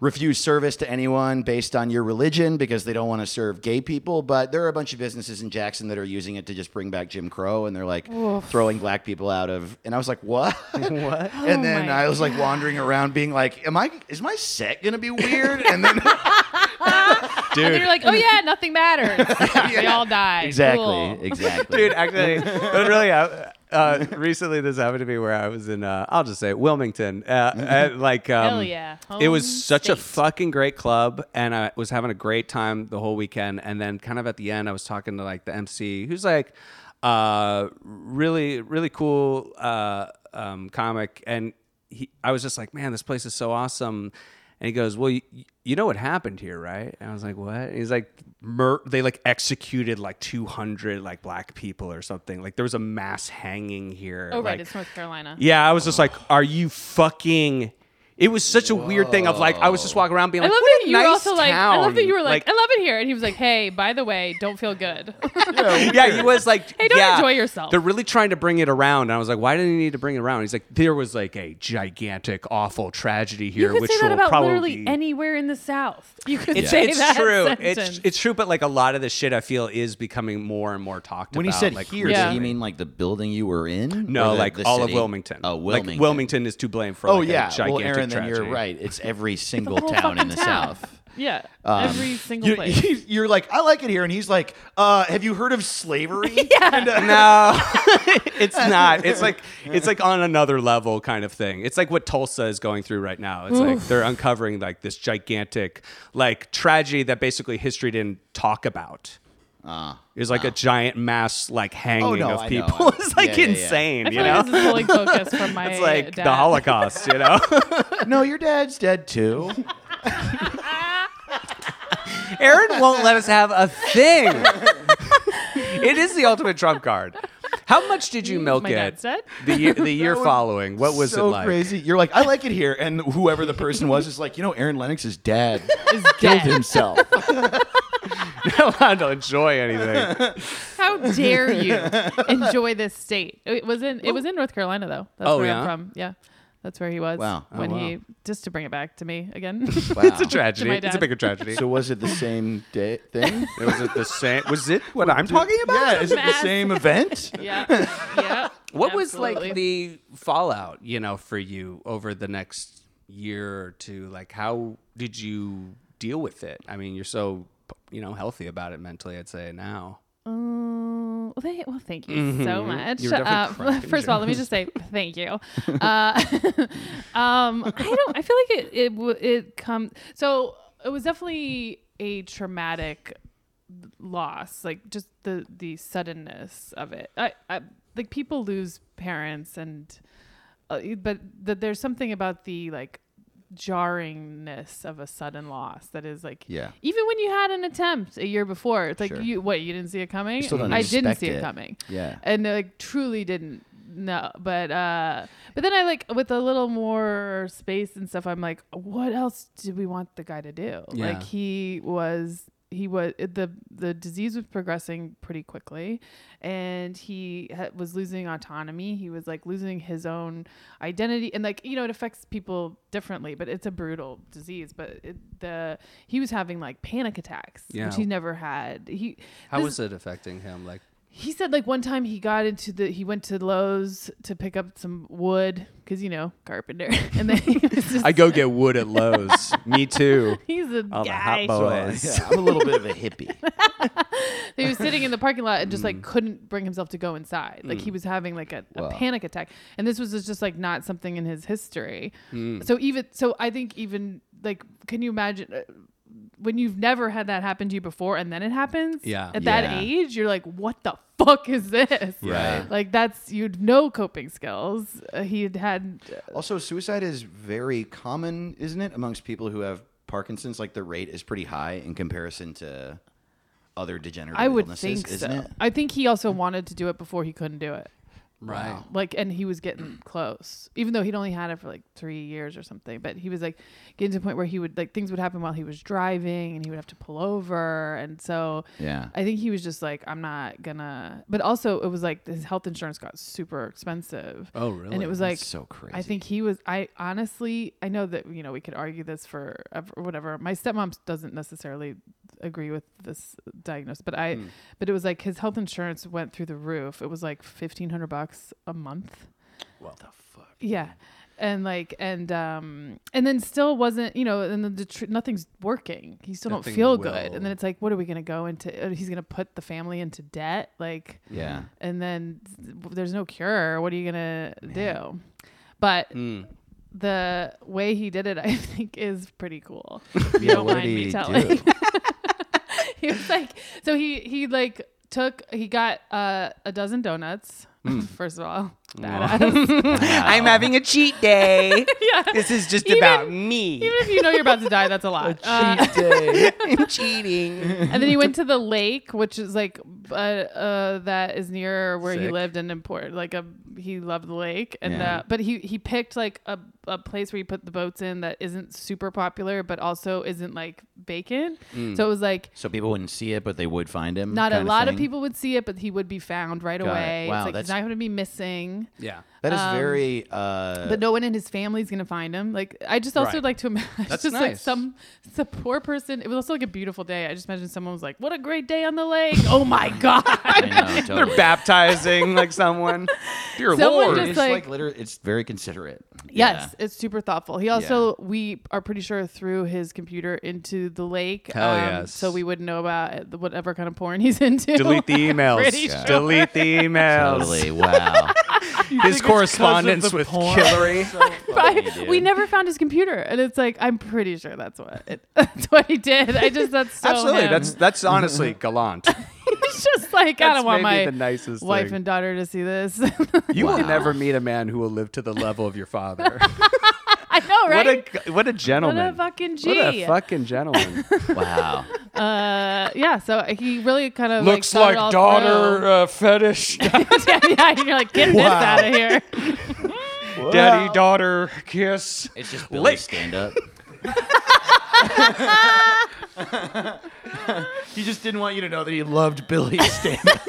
refuse service to anyone based on your religion because they don't want to serve gay people. But there are a bunch of businesses in Jackson that are using it to just bring back Jim Crow, and they're like throwing black people out of." And I was like, "What? What?" And then Oh my I was like wandering around, being like, "Am I? Is my set gonna be weird?" And then. And then Dude. you're like, oh yeah, nothing matters. They all die. Exactly. Cool. Exactly. Dude, actually, but really, I, uh, recently this happened to me where I was in uh, I'll just say it, Wilmington uh, at, like um, Hell yeah. it was Home such a state. fucking great club and I was having a great time the whole weekend and then kind of at the end I was talking to like the MC who's like uh really really cool uh um comic and he I was just like man this place is so awesome and he goes well you, you know what happened here right and I was like what and he's like mur- they like executed like 200 like black people or something like there was a mass hanging here Oh, right. like- it's North Carolina. yeah, I was just like, "Are you fucking?" It was such a weird thing of like I was just walking around being I like, love "What that a you were nice also like. I love that you were town." like, I love it here, and he was like, Hey, by the way, don't feel good. yeah, he was like, Hey, don't yeah, enjoy yourself. They're really trying to bring it around, and I was like, "Why didn't he need to bring it around?" He's like, "There was like a gigantic, awful tragedy you here, could which say that will about probably literally be- anywhere in the South. You could It's, say it's that true. sentence. It's it's true, but like a lot of this shit, I feel is becoming more and more talked When he about. said like, here, Yeah. did he mean like the building you were in? No, Or the- like the all city? of Wilmington. Oh, Wilmington. Like, Wilmington is to blame for. Oh like, a yeah. gigantic Well, Aaron, then you're tragedy. right. It's every single whole town in fucking the town. South. yeah, Um, every single You're, place. you're like, I like it here, and he's like, uh, have you heard of slavery? uh, No, it's not. It's like it's like on another level kind of thing. It's like what Tulsa is going through right now. It's like they're uncovering like this gigantic like tragedy that basically history didn't talk about. it was like a giant mass like hanging Ah. Oh, no, of I know, people. I know. it's like Yeah, yeah, yeah. insane, I you know. feel like this is pulling focus from my. it's like dad. the Holocaust, you know. no, your dad's dead too. Aaron won't let us have a thing. it is the ultimate trump card. How much did Mm, you milk My it? dad's dead? The year, the year following. What was so it like? crazy. You're like, I like it here, and whoever the person was is like, you know, Aaron Lennox's dad Is killed dead. himself. not allowed to enjoy anything. How dare you enjoy this state? It was in it was in North Carolina though. That's Oh, where yeah? I'm from. Yeah. That's where he was. Wow. Oh, When wow. he just to bring it back to me again. It's a tragedy. my It's a dad. bigger tragedy. so was it the same day thing? it was it the same. Was it what I'm talking about? yeah, is it the Mass. same event? yeah. Yeah. What was like Absolutely. the fallout? You know, for you over the next year or two. Like, how did you deal with it? I mean, you're so you know healthy about it mentally. I'd say now. Um, well, thank, well, thank you so much. Mm-hmm. You were definitely Uh, crying first of all, let me just say thank you. Uh, um, I don't. I feel like it. It. w- It come. So it was definitely a traumatic loss. Like just the the suddenness of it. I. I like people lose parents and, uh, but th- there's something about the like jarringness of a sudden loss that is like Yeah. even when you had an attempt a year before it's like Sure. you what you didn't see it coming still don't I didn't expect see it, it. coming. Yeah. And like truly didn't no. But uh but then I like with a little more space and stuff, I'm like, what else did we want the guy to do? Yeah. Like he was he was the the disease was progressing pretty quickly and he ha- was losing autonomy he was like losing his own identity and like you know it affects people differently but it's a brutal disease but it, the he was having like panic attacks Yeah. which he never had he How this- was it affecting him? Like, he said like one time he got into the he went to Lowe's to pick up some wood because you know carpenter and then he was just I go get wood at Lowe's. Me too. he's a All the hot guy. boys. Yeah, I'm a little bit of a hippie. he was sitting in the parking lot and just like couldn't bring himself to go inside. Like he was having like a, a panic attack, and this was just like not something in his history. So even so, I think even like, can you imagine? uh, When you've never had that happen to you before, and then it happens, Yeah. at that Yeah. age, you're like, "What the fuck is this?" Right. Like that's you'd no coping skills. Uh, he had had Also, suicide is very common, isn't it, amongst people who have Parkinson's? Like the rate is pretty high in comparison to other degenerative I would illnesses, think isn't so. it? I think he also wanted to do it before he couldn't do it. Right. Like, and he was getting close, even though he'd only had it for like three years or something. But he was like getting to the point where he would like things would happen while he was driving, and he would have to pull over. And so, Yeah. I think he was just like, I'm not gonna. But also, it was like his health insurance got super expensive. Oh, really? And it was like so I think he was. I honestly, I know that you know we could argue this for ev- whatever. My stepmom doesn't necessarily agree with this diagnosis, but I, but it was like his health insurance went through the roof. It was like fifteen hundred bucks a month. What the fuck? Yeah, and like and um and then still wasn't you know and then the tr- nothing's working. You still Nothing don't feel will. good, and then it's like, what are we gonna go into? uh, He's gonna put the family into debt, like Yeah. and then there's no cure. What are you gonna do? But the way he did it, I think, is pretty cool. If you Yeah, don't what did mind me he telling. do? he was like, so he he like took he got uh, a dozen donuts. First of all, badass. I'm having a cheat day. yeah. This is just Even- about me. Even if you know you're about to die, that's a lot. Uh, I'm cheating. and then he went to the lake, which is like uh, uh, that is near where he Sick. lived and important. Like a he loved the lake, and Yeah. uh, but he he picked like a a place where you put the boats in that isn't super popular, but also isn't like vacant. So it was like. So people wouldn't see it, but they would find him. Not a Hmm. kinda lot of thing? people would see it, but he would be found right it. away. Wow, it's like that's- he's not going to be missing. Yeah. That is very. Uh, um, but no one in his family's gonna find him. Like I just also Right. like to imagine That's just like nice. some some poor person. It was also like a beautiful day. I just imagine someone was like, "What a great day on the lake! Oh my god!" I know, They're totally. baptizing like someone. Dear Someone lord. just- It's like- like, liter- It's very considerate. Yes, it's super thoughtful. He also we are pretty sure threw his computer into the lake. um, Hell yes. So we would know about it, whatever kind of porn he's into. Delete the emails. Pretty sure. Delete the Yeah. emails. Totally. Wow. His correspondence with Hillary. Oh, But dude. we never found his computer, and it's like I'm pretty sure that's what it, that's what he did. I just that's so Absolutely. him. That's that's honestly gallant. it's just like I That's don't want maybe my the nicest wife thing. and daughter to see this. You will never meet a man who will live to the level of your father. I know, What right? a g- what a gentleman. fucking G. What a fucking gentleman. Wow. uh, yeah, so he really kind of like, thought it all through. uh, fetish, yeah, yeah, and you're like get this Wow. out of here. daddy daughter kiss. It's just Billy Lick. stand up. he just didn't want you to know that he loved Billy stand up.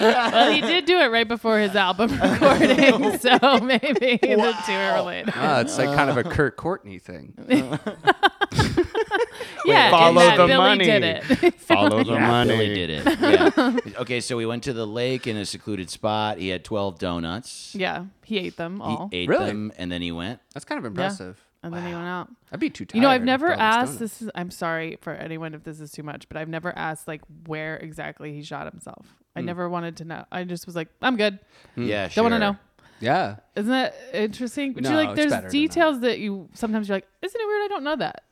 Well, he did do it right before his album recording, so maybe the two are related. Ah, it's like kind of a Kurt Courtney thing. yeah, and follow that the Billy money. did it. Follow the Billy did it. Yeah. Okay, so we went to the lake in a secluded spot. He had 12 donuts. yeah, he ate them all, He ate Really? them and then he went. That's kind of Yeah. impressive. and then he went out. I'd be too tired. You know, I've to never do all these asked. donuts. This is. I'm sorry for anyone if this is too much, but I've never asked like where exactly he shot himself. Hmm. I never wanted to know. I just was like, I'm good. Yeah, Hmm. Don't sure. want to know. Yeah. Isn't that interesting? But No, you're like, it's better to there's know. details that you sometimes you're like, isn't it weird? I don't know that.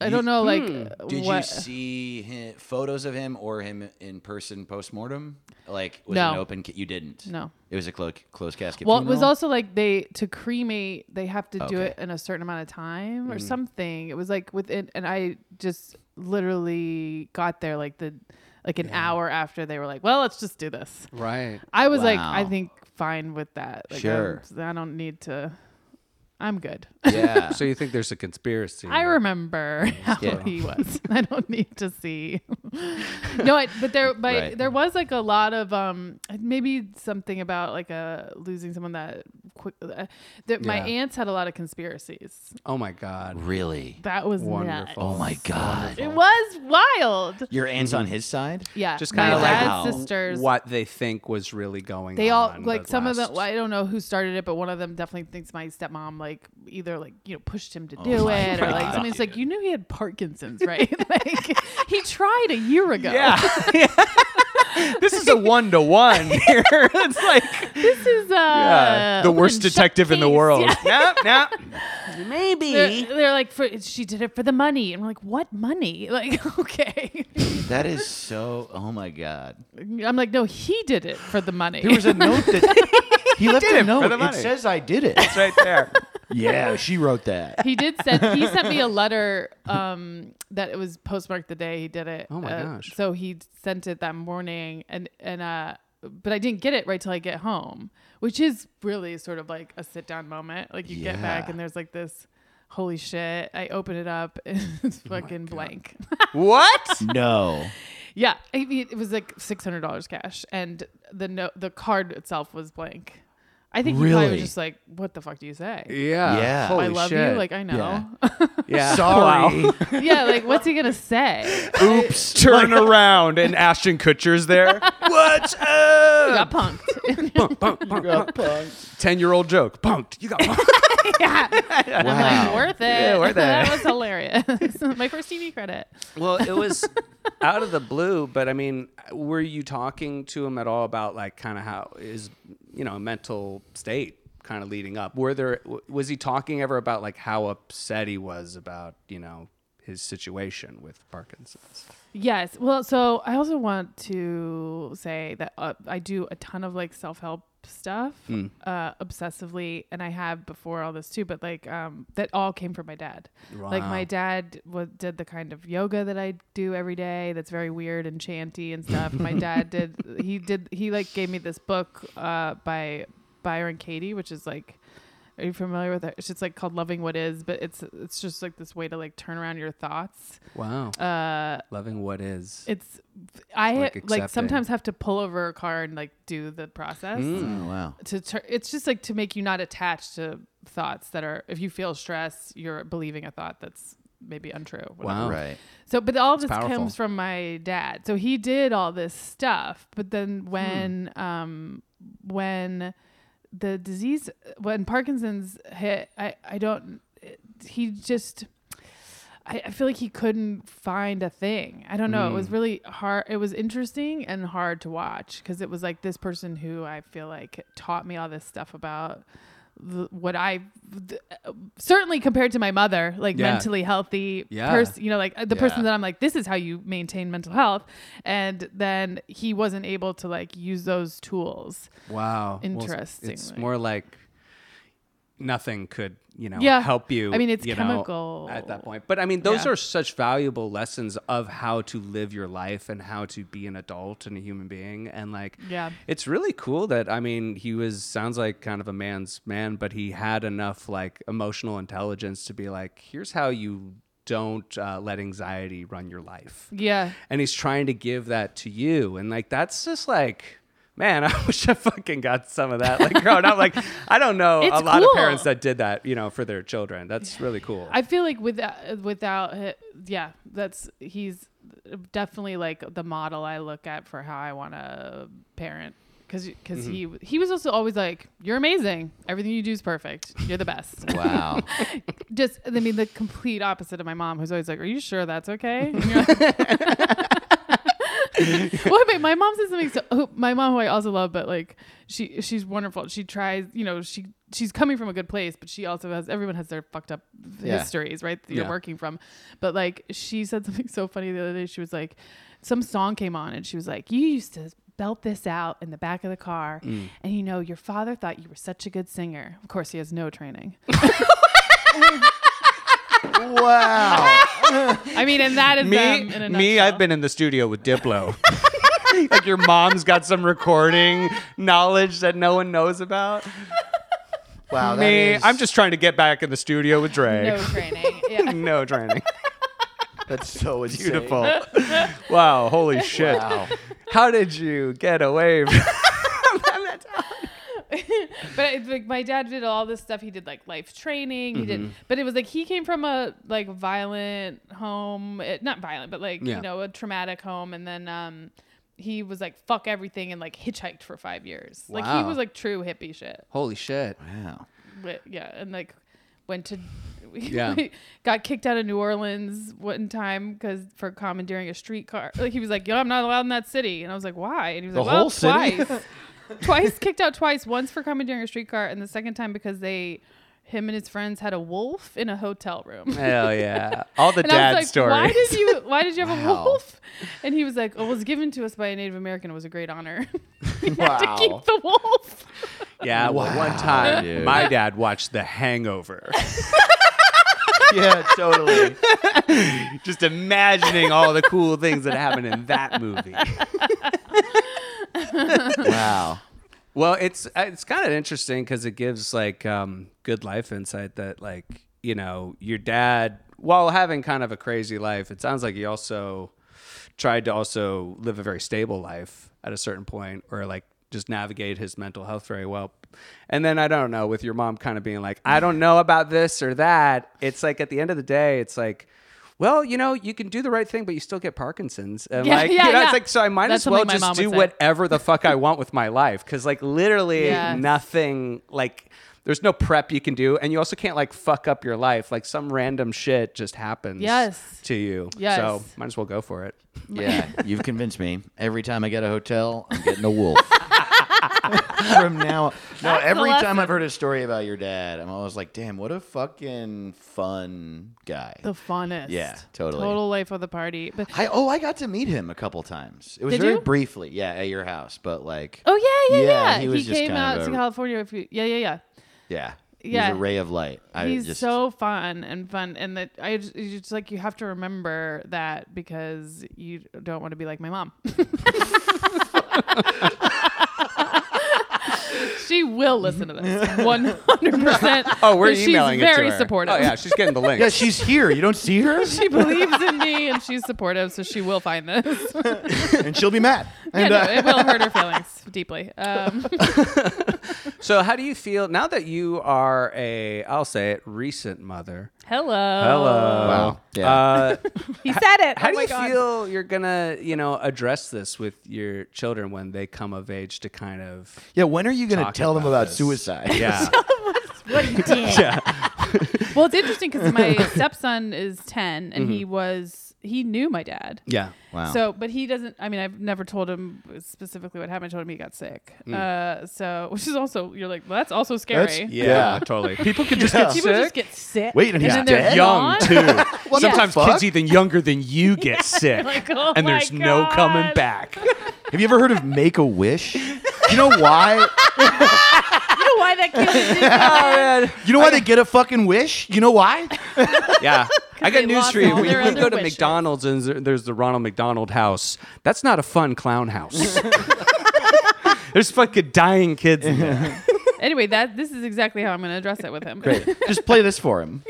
I don't know, like, uh, hmm. Did what. you see hi photos of him or him in person post mortem? Like, was No. it an open? Ca- you didn't. No. It was a clo- closed casket. well, it was funeral? also like they to cremate, they have to do Okay. Mm. it in a certain amount of time or something. It was like within, and I just literally got there like the like an hour after they were like, well, let's just do this. Right. I was like, Wow. I think fine with that. Like, Sure. I'm- I don't need to. I'm good. Yeah. So you think there's a conspiracy? I remember how Yeah. he was. I don't need to see. no, I, but there, but Right. there was like a lot of um, maybe something about like a losing someone that quick. Uh, that my Yeah. aunts had a lot of conspiracies. Oh my god. really? That was nuts. Wonderful. Oh my God. It was wild. Your aunt's on his side? Yeah, Just my kind of like dad's how- sisters. What they think was really going They all on. like the some of last- them. well, I don't know who started it, but one of them definitely thinks my stepmom like either like you know pushed him Oh to do my it or like God. somebody's like you knew he had Parkinson's, right? like he tried a year ago. Yeah. this is a one to one here. It's like This is uh, yeah, the open worst and shut detective in the case. world. Yeah. Nah, They're, they're like, for, she did it for the money, and we're like, what money? Like, okay, That is so. Oh my God. I'm like, no, he did it for the money. There was a note that he left a it for note. the It money. says I did it. It's right there. yeah, she wrote that. he did send he sent me a letter um that it was postmarked the day he did it Oh my Uh, gosh. so he sent it that morning and and uh but i didn't get it right till i get home which is really sort of like a sit down moment like you get back Yeah. and there's like this holy shit i open it up and it's fucking blank What? No. yeah I mean, it was like $600 cash and the note the card itself was blank I think he probably Really? was just like, "What the fuck do you say? Yeah. Yeah. Holy I love shit. you." Like I know. yeah. Sorry. Wow. Yeah. like what's he gonna say? Oops. Turn around and Ashton Kutcher's there. What's I up? got punked. Ten year old joke. Punked. You got punked. I'm like, worth it. Yeah, worth it. that was hilarious. My first TV credit. Well, it was out of the blue, but I mean, were you talking to him at all about like kind of how is you know mental state kind of leading up? Were there w- was he talking ever about like how upset he was about you know his situation with Parkinson's? Yes. Well, so I also want to say that uh, I do a ton of like self help stuff uh, obsessively, and I have before all this too. But like um, that all came from my dad. Like my dad was, did the kind of yoga that I do every day. That's very weird and chanty and stuff. my dad did. He did. He like gave me this book uh, by Byron Katie, which is like. Are you familiar with it? It's just like called "Loving What Is," but it's it's just like this way to like turn around your thoughts. Wow, Uh, loving what is. it's I Like like, accepting. sometimes have to pull over a car and like do the process Hmm. Oh, wow. to tur- it's just like to make you not attached to thoughts that are if you feel stress you're believing a thought that's maybe untrue. Oh. whatever. Wow. Right. So but all of this powerful. comes from my dad. So he did all this stuff, but then Hmm. when um when the disease when Parkinson's hit, I I don't it- he just I, I feel like he couldn't find a thing. I don't know. It Hmm. was really hard. It was interesting and hard to watch because it was like this person who I feel like taught me all this stuff about the, what I th- certainly compared to my mother, like Yeah. mentally healthy Yeah. person, you know, like uh, the Yeah. person that I'm like, this is how you maintain mental health. And then he wasn't able to like use those tools. Wow, Well, it's- it's Interestingly. more like nothing could you know Yeah. help you. I mean, it's you know, chemical. at that point. But I mean, those Yeah. are such valuable lessons of how to live your life and how to be an adult and a human being. And like, Yeah. it's really cool that I mean, he was sounds like kind of a man's man, but he had enough like emotional intelligence to be like, here's how you don't uh, let anxiety run your life Yeah. and he's trying to give that to you and like that's just like man i wish i fucking got some of that like growing up like i don't know It's a lot of cool. parents that did that you know for their children that's really cool I feel like without without hi- yeah, that's he's definitely like the model I look at for how I want to parent because because Mm-hmm. he he was also always like you're amazing, everything you do is perfect, you're the best. Wow. Just I mean the complete opposite of my mom who's always like, are you sure that's okay? And you're like- well, wait, my mom said something. So, who, my mom, who I also love, but like she, she's wonderful. She tries, you know, she she's coming from a good place, but she also has everyone has their fucked up Yeah. histories, right? That you're Yeah. working from. But like she said something so funny the other day. She was like, some song came on, and she was like, "You used to." Belt this out in the back of the car, and you know your father thought you were such a good singer. Of course, he has no training. wow. I mean, and that is me, them in a me, nutshell. I've been in the studio with Diplo. like your mom's got some recording knowledge that no one knows about. Wow. that me, is- I'm just trying to get back in the studio with no Dre. training. Yeah. No, training. That's so insane. Oh, Beautiful. wow, holy shit. Wow. How did you get away? From- but it's like my dad did all this stuff. He did like life training. He Mm-hmm. did, but it was like he came from a like violent home, eh, not violent, but like Yeah. you know a traumatic home, and then um he was like fuck everything and like hitchhiked for five years. Like Wow. he was like true hippie shit. holy shit Wow. But, yeah, and like went to. We, Yeah. got kicked out of New Orleans one time because for commandeering a streetcar. Like he was like, "Yo, I'm not allowed in that city," and I was like, "Why?" And he was The like, "Well, whole city? twice, twice kicked out twice. Once for commandeering a streetcar, and the second time because they, him and his friends had a wolf in a hotel room." Eh, Hell yeah. All the and I dad was like, stories. "Why did you? Why did you have Wow. a wolf?" And he was like, "Oh, it was given to us by a Native American. It was a great honor to keep Wow. the wolf." yeah, well, one Wow, time dude. my dad watched The Hangover. Yeah, totally. just imagining all the cool things that happened in that movie. Wow. well it's uh, it's kind of interesting because it gives like um good life insight that like you know your dad while having kind of a crazy life it sounds like he also tried to also live a very stable life at a certain point or like just navigate his mental health very well. And then I don't know, with your mom kind of being like, I don't know about this or that. It's like at the end of the day, it's like, well, you know, you can do the right thing, but you still get Parkinson's. And Yeah, like, yeah, you know, yeah. it's like, so I might That's as well something my mom just do would say. whatever the fuck I want with my life. Cause like literally Yes. nothing, like, there's no prep you can do. And you also can't like fuck up your life. Like some random shit just happens Yes. to you. Yes. So might as well go for it. Yeah, you've convinced me. Every time I get a hotel, I'm getting a wolf. From now, no. Every time I've heard a story about your dad, I'm always like, "Damn, what a fucking fun guy." The funnest. Yeah, totally. Total life of the party. But I oh, I got to meet him a couple times. It was Did very you? briefly, yeah, at your house, but like, oh yeah, yeah, Yeah, yeah. he was just came kind out of to a- California. A few, yeah, yeah, yeah. yeah, he Yeah. was a ray of light. I He's just, so fun and fun, and that I just, it's just like you have to remember that because you don't want to be like my mom. she will listen to this one hundred percent. Oh, we're she's emailing it to very her. supportive. Oh yeah, she's getting the link. yeah, she's here. You don't see her, she believes in me and she's supportive, so she will find this. and she'll be mad. yeah, And no, uh, it will hurt her feelings deeply. Um, So, how do you feel now that you are a, I'll say it, recent mother? hello. Wow. Yeah. Uh, He said it. how Oh do my you God. feel you're gonna, you know, address this with your children when they come of age to kind of? yeah, when are you gonna Talk tell them about about this. suicide? Yeah. Well, it's interesting because my stepson is 10 and he was, he knew my dad. yeah. Wow. So, but he doesn't. I mean, I've never told him specifically what happened. I told him he got sick. Uh, so, which is also, you're like, well, that's also scary. That's- Yeah. Yeah. Totally. People can just get People just sick. get sick. Wait, and he's then they're dead? gone. Young too. What the Sometimes fuck? kids even younger than you get sick, Like, oh and my there's no God. coming back. Have you ever heard of Make a Wish? You know why? You know why that kid did that? You know why they get a fucking wish? You know why? Yeah. I got they news lost for you. all When their you other go to wishes. McDonald's and there- there's the Ronald McDonald House, that's not a fun clown house. there's fucking dying kids in there. Anyway, that this is exactly how I'm going to address it with him. Just play this for him.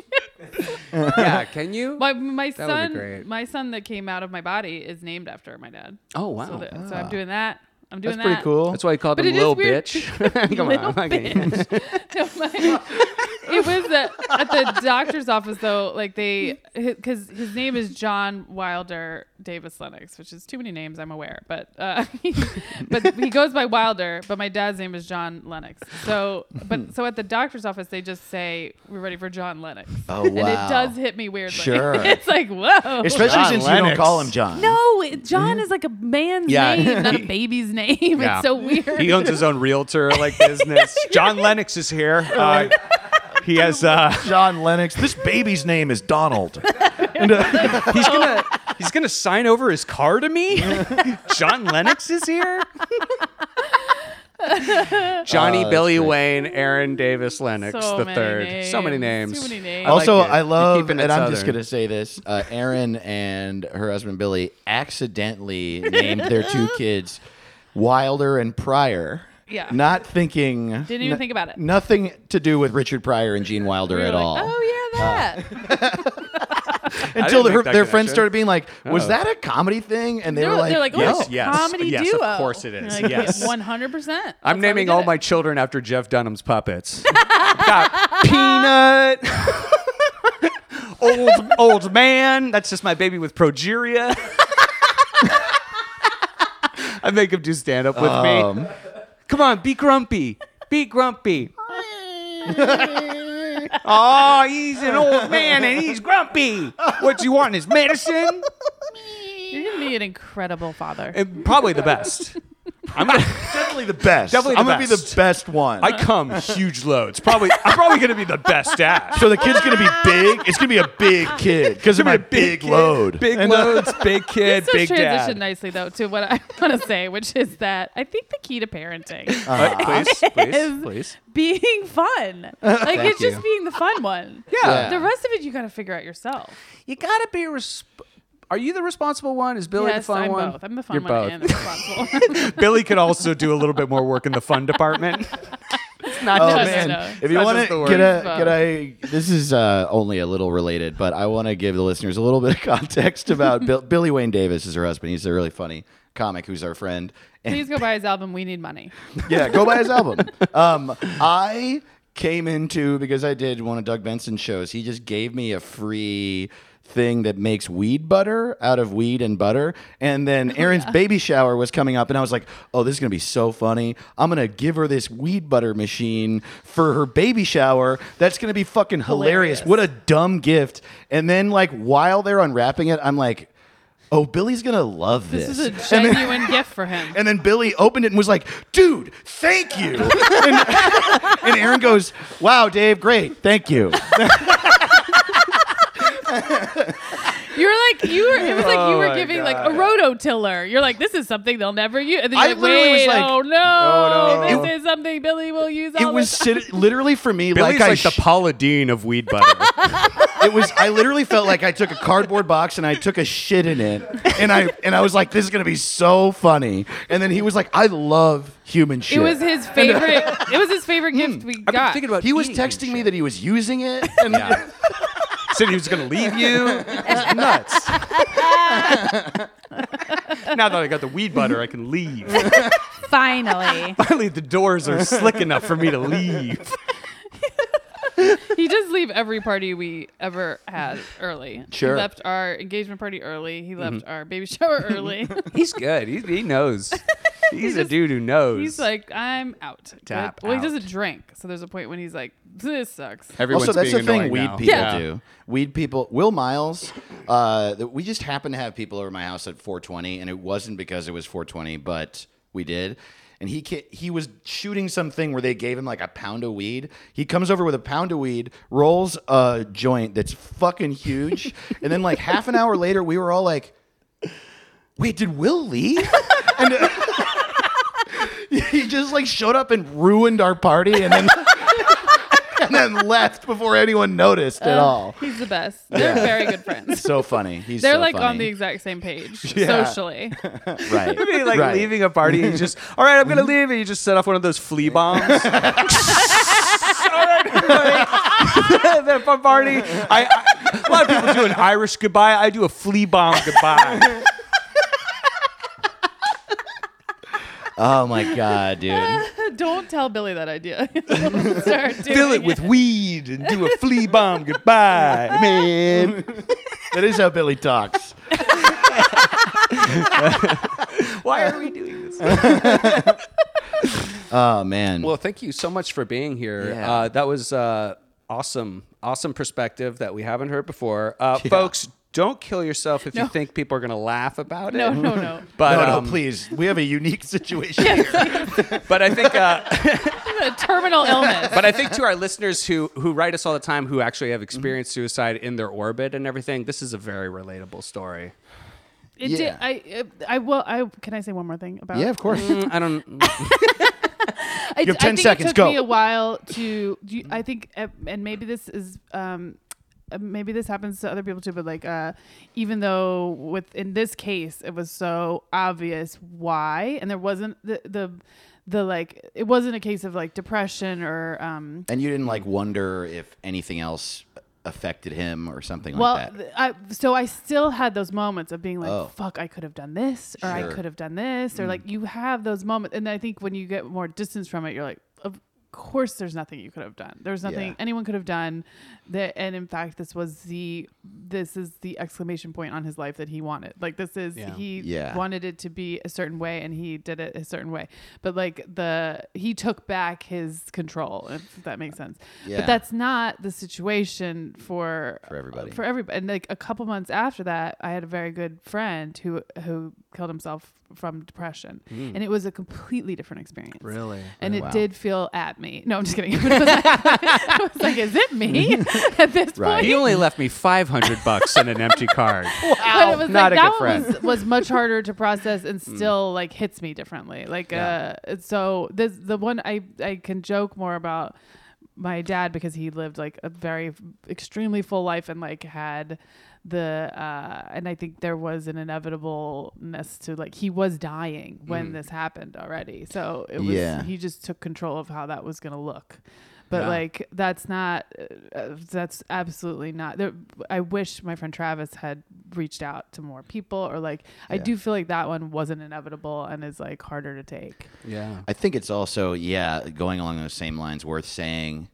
yeah. Can you? My my would be son, great. my son that came out of my body is named after my dad. Oh wow. So, that, so I'm doing that. I'm doing That's that. pretty cool. That's why he called But him it is Lil weird. Bitch. Come Little on. I'm not getting- No, my- it was uh, at the doctor's office though. Like they, because his name is John Wilder Davis Lennox, which is too many names, I'm aware. But uh, but he goes by Wilder. But my dad's name is John Lennox. So but so at the doctor's office, they just say we're ready for John Lennox. Oh, And wow. it does hit me weirdly. Sure. it's like whoa. Especially John since you don't Lennox. call him John. no, it- John is like a man's Yeah. name, not a baby's name. Yeah. It's so weird. He owns his own realtor like business. John Lennox is here. Oh, Uh, he has. Uh, John Lennox. This baby's name is Donald. uh, he's gonna. He's gonna sign over his car to me. John Lennox is here. Johnny Billy Wayne, Aaron Davis Lennox So the many third. So many names. names. Too many names. I like also, it. I You're love, keeping and it I'm just Southern. going to say this uh, Aaron and her husband Billy accidentally named their two kids Wilder and Pryor. Yeah. Not thinking. Didn't even think about it. Nothing to do with Richard Pryor and Gene Wilder We were at like, all. Oh yeah, that. Until didn't their, make that their friends connection. started being like, was that a comedy thing? And they They're, were like, they're like, oh, "No." it's a yes, comedy yes, duo. of course it is. Like, Yes. one hundred percent. I'm naming all my children after Jeff Dunham's puppets. Got Peanut. old old man. That's just my baby with progeria. I make him do stand up with Oh, um, me. Come on, be grumpy. Be grumpy. oh, he's an old man and he's grumpy. What you want? His medicine? You're gonna be an incredible father. And probably the best. I'm gonna. definitely the best. Definitely the I'm gonna be the best. best one. I come huge loads. Probably. I'm probably gonna be the best dad. so the kid's gonna be big. It's gonna be a big kid because of my big, load. Big loads, big kid, so big transition dad. nicely though to what I want to say, which is that I think the key to parenting Uh, please, please, is please. being fun. Like it's you. just being the fun one. Yeah. The rest of it you gotta figure out yourself. You gotta be. Resp- are you the responsible one? Is Billy the yes, fun I'm one? both. I'm the fun You're one both. and the responsible. Billy could also do a little bit more work in the fun department. It's not Oh no, man! No, no. If you not want just the to words, get a but- get a, this is uh, only a little related, but I want to give the listeners a little bit of context about Bill, Billy Wayne Davis is her husband. He's a really funny comic who's our friend. And Please go buy his album. We need money. yeah, go buy his album. Um, I came into because I did one of Doug Benson's shows. He just gave me a free thing that makes weed butter out of weed and butter. And Oh, then Aaron's baby shower was coming up, and I was like, "Oh, this is gonna be so funny! I'm gonna give her this weed butter machine for her baby shower. That's gonna be fucking hilarious! Hilarious. What a dumb gift!" And then like while they're unwrapping it, I'm like. Oh, Billy's gonna love this. This is a And then- genuine gift for him. and then Billy opened it and was like, dude, thank you. and, and Aaron goes, wow, Dave, great. Thank you. You were like you were. It was like you Oh were my giving like a God. rototiller. You're like, this is something they'll never use. And then I you're like, literally was wait, like, oh no, oh, no. this is something Billy will use. All It was the time. sit- literally for me Billy's like, I like, the sh- Paula Dean of weed butter. it was I literally felt like I took a cardboard box and I took a shit in it and I and I was like this is going to be so funny. And then he was like I love human shit. Hmm. It was his favorite. it was his favorite gift we I've been got. thinking about he was eating and texting me shit. that he was using it and Said he was going to leave you. It's nuts. now that I got the weed butter, I can leave. Finally. Finally, the doors are slick enough for me to leave. he does leave every party we ever had early. Sure. Mm-hmm. He left our engagement party early. He left our baby shower early. He's good. He, he knows. He's a dude who knows. he's like, I'm out. Good. Tap well, out. he doesn't drink, so there's a point when he's like, this sucks. also, that's the thing weed people Yeah. do. Weed people. Will Miles. Uh, th- we just happened to have people over my house at 420, and it wasn't because it was 420, but we did. And he ca- he was shooting something where they gave him like a pound of weed. He comes over with a pound of weed, rolls a joint that's fucking huge, and then like half an hour later, we were all like, "Wait, did Will leave?" and. uh, He just like showed up and ruined our party, and then and then left before anyone noticed Uh. at all. He's the best. They're very good friends. So funny. He's They're so like on funny. the exact same page Yeah. socially. right. Maybe, like Right. leaving a party and you just, all right, I'm gonna leave, and you just set off one of those flea bombs. all right, everybody. That fun party. I, I, a lot of people do an Irish goodbye. I do a flea bomb goodbye. Oh my god, dude. Don't tell Billy that idea. He'll Start doing Fill it with weed and do a flea bomb goodbye, man. That is how Billy talks. Why are we doing this? Oh man. Well, thank you so much for being here. Yeah. Uh, that was uh, awesome, awesome perspective that we haven't heard before, uh, folks. Don't kill yourself if you No. think people are gonna laugh about it. No, no, no. But no, no, um, please. We have a unique situation here. but I think uh, a terminal illness. but I think to our listeners who who write us all the time who actually have experienced suicide in their orbit and everything, this is a very relatable story. It Yeah. did, I, it, I will. I can I say one more thing about? Yeah, of course. Mm, I don't. I, You have I 10 think seconds, It took go. me a while to. Do you- I think, uh, and maybe this is, um, uh, maybe this happens to other people too. But like, uh, even though with in this case, it was so obvious why, and there wasn't the the the like it wasn't a case of like depression or um And you didn't like wonder if anything else affected him or something well, like that. th- I, so I still had those moments of being like, Oh. "Fuck, I could have done this, or I Sure. Mm. could have done this," or like you have those moments, and I think when you get more distance from it, you're like, "Of course, there's nothing you could have done. There's nothing Yeah. anyone could have done." That, and in fact, this was the this is the exclamation point on his life that he wanted. Like this is Yeah. he Yeah. wanted it to be a certain way, and he did it a certain way. But like the he took back his control, if that makes sense. Yeah. But that's not the situation for For everybody. for everybody. And like a couple months after that, I had a very good friend who who killed himself from depression, and it was a completely different experience. Really? And it Hmm. Oh, Wow. did feel at me. No, I'm just kidding. But it was like, I was like, is it me at this Right. point? He only left me five hundred bucks and an empty card. But it was Not like a good that Mm. one was, was much harder to process and still like hits me differently. Like uh so this the one I I can joke more about my dad because he lived like a very extremely full life and like had the uh and I think there was an inevitableness to like he was dying Mm. when this happened already. So it was Yeah. he just took control of how that was going to look. But like that's not uh, that's absolutely not. There, I wish my friend Travis had reached out to more people or like I do feel like that one wasn't inevitable and is like harder to take. Yeah. I think it's also, yeah, going along those same lines, worth saying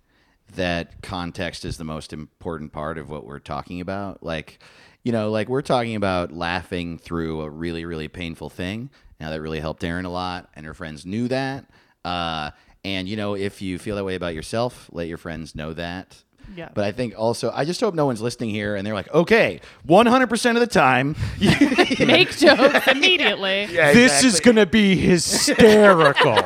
that context is the most important part of what we're talking about. Like, you know, like we're talking about laughing through a really, really painful thing. Now, that really helped Erin a lot, and her friends knew that. Uh, and, you know, if you feel that way about yourself, let your friends know that. Yeah. But I think also, I just hope no one's listening here and they're like, okay, 100% of the time, Make jokes immediately. This is going to be hysterical.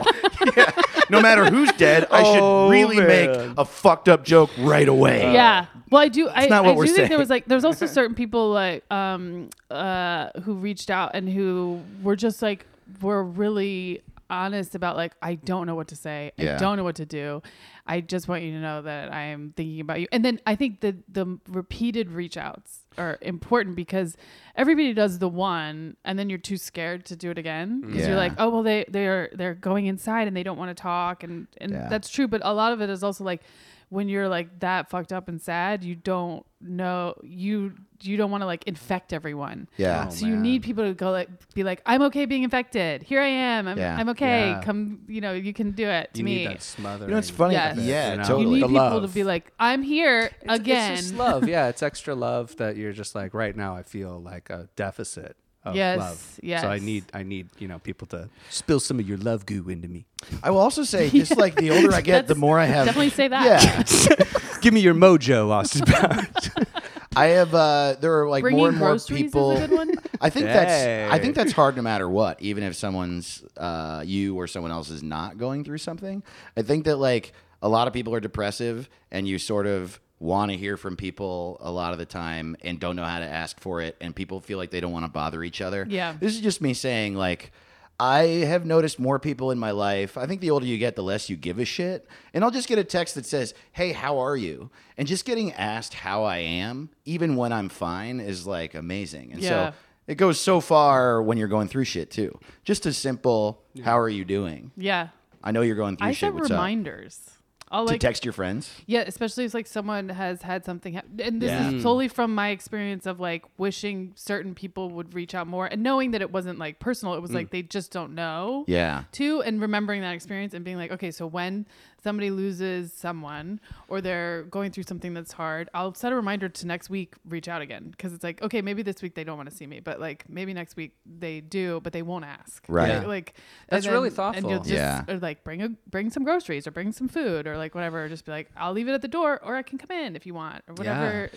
no matter who's dead, I Oh, should really man. make a fucked up joke right away. yeah. Well, I do. I, Uh, not what I we're do think there saying. was like there was also certain people like um uh who reached out and who were just like were really honest about like I don't know what to say. Yeah. I don't know what to do. I just want you to know that I am thinking about you. And then I think the the repeated reach outs are important because everybody does the one and then you're too scared to do it again because Yeah. you're like, "Oh, well they they're they're going inside and they don't want to talk." And and Yeah. that's true, but a lot of it is also like when you're like that fucked up and sad, you don't know you you don't want to like infect everyone. Yeah. Oh, So you need people to go like be like, I'm okay being infected. Here I am. I'm, Yeah. I'm okay. Yeah. Come, you know, you can do it to You me. need that smothering. You know, it's funny. Yes. Yeah, You know? You totally. need The people to love. be like, I'm here It's- again. It's just love. Yeah, it's extra love that you're just like right now. I feel like a deficit of Yes, love. yes. So I need I need you know people to spill some of your love goo into me. I will also say, just like the older I get, the That's- more I have. Definitely say that. Yeah, Give me your mojo, Austin Powers. I have. Uh, there are like Bringing more and more groceries people. is a good one. I think that's. I Hey. think that's hard no matter what. Even if someone's, uh, you or someone else is not going through something, I think that like a lot of people are depressive, and you sort of want to hear from people a lot of the time, and don't know how to ask for it, and people feel like they don't want to bother each other. Yeah. This is just me saying like. I have noticed more people in my life. I think the older you get, the less you give a shit. And I'll just get a text that says, Hey, how are you? And just getting asked how I am, even when I'm fine, is like amazing. And Yeah. so it goes so far when you're going through shit too. Just a simple, How are you doing? yeah. I know you're going through I shit. set What's up? reminders. I'll To like text your friends. Yeah, especially if like someone has had something, hap- and this Yeah. is solely from my experience of like wishing certain people would reach out more, and knowing that it wasn't like personal, it was like they just don't know. Yeah. Too, and remembering that experience and being like, okay, so when somebody loses someone or they're going through something that's hard, I'll set a reminder to next week reach out again because it's like, okay, maybe this week they don't want to see me, but like maybe next week they do, but they won't ask. Right. Like, like, That's and really And thoughtful. you'll just Yeah. or like bring a bring some groceries or bring some food or like whatever. Or just be like, I'll leave it at the door, or I can come in if you want or whatever.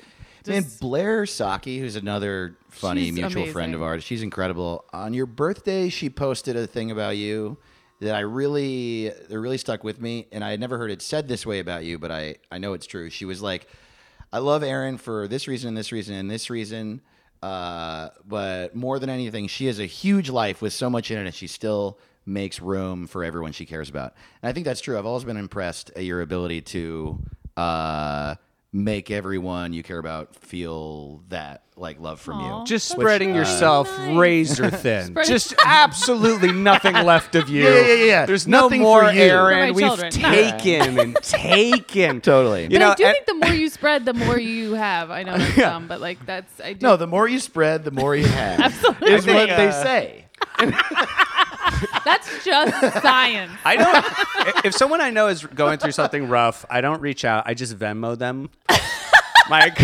And Just, Blair Saki, who's another funny She's mutual friend of amazing. ours, she's incredible. On your birthday, she posted a thing about you that I really, that really stuck with me, and I had never heard it said this way about you, but I, I know it's true. She was like, "I love Aaron for this reason, and this reason, and this reason." Uh, but more than anything, she has a huge life with so much in it, and she still makes room for everyone she cares about. And I think that's true. I've always been impressed at your ability to uh, make everyone you care about feel that like love from you. Just spreading yourself razor thin. Spreading- uh, Just absolutely nothing left of you. Yeah, yeah, yeah, yeah. There's Nothing no more for you. For my Aaron. We've children. taken and taken. Totally. but You know, I do and- think the more you spread, the more you have. I know that's dumb, but like that's I do. no, the more you spread, the more you have. Absolutely. Is what I think, they uh, say. that's just science. I don't. if someone I know is going through something rough, I don't reach out. I just Venmo them. Like,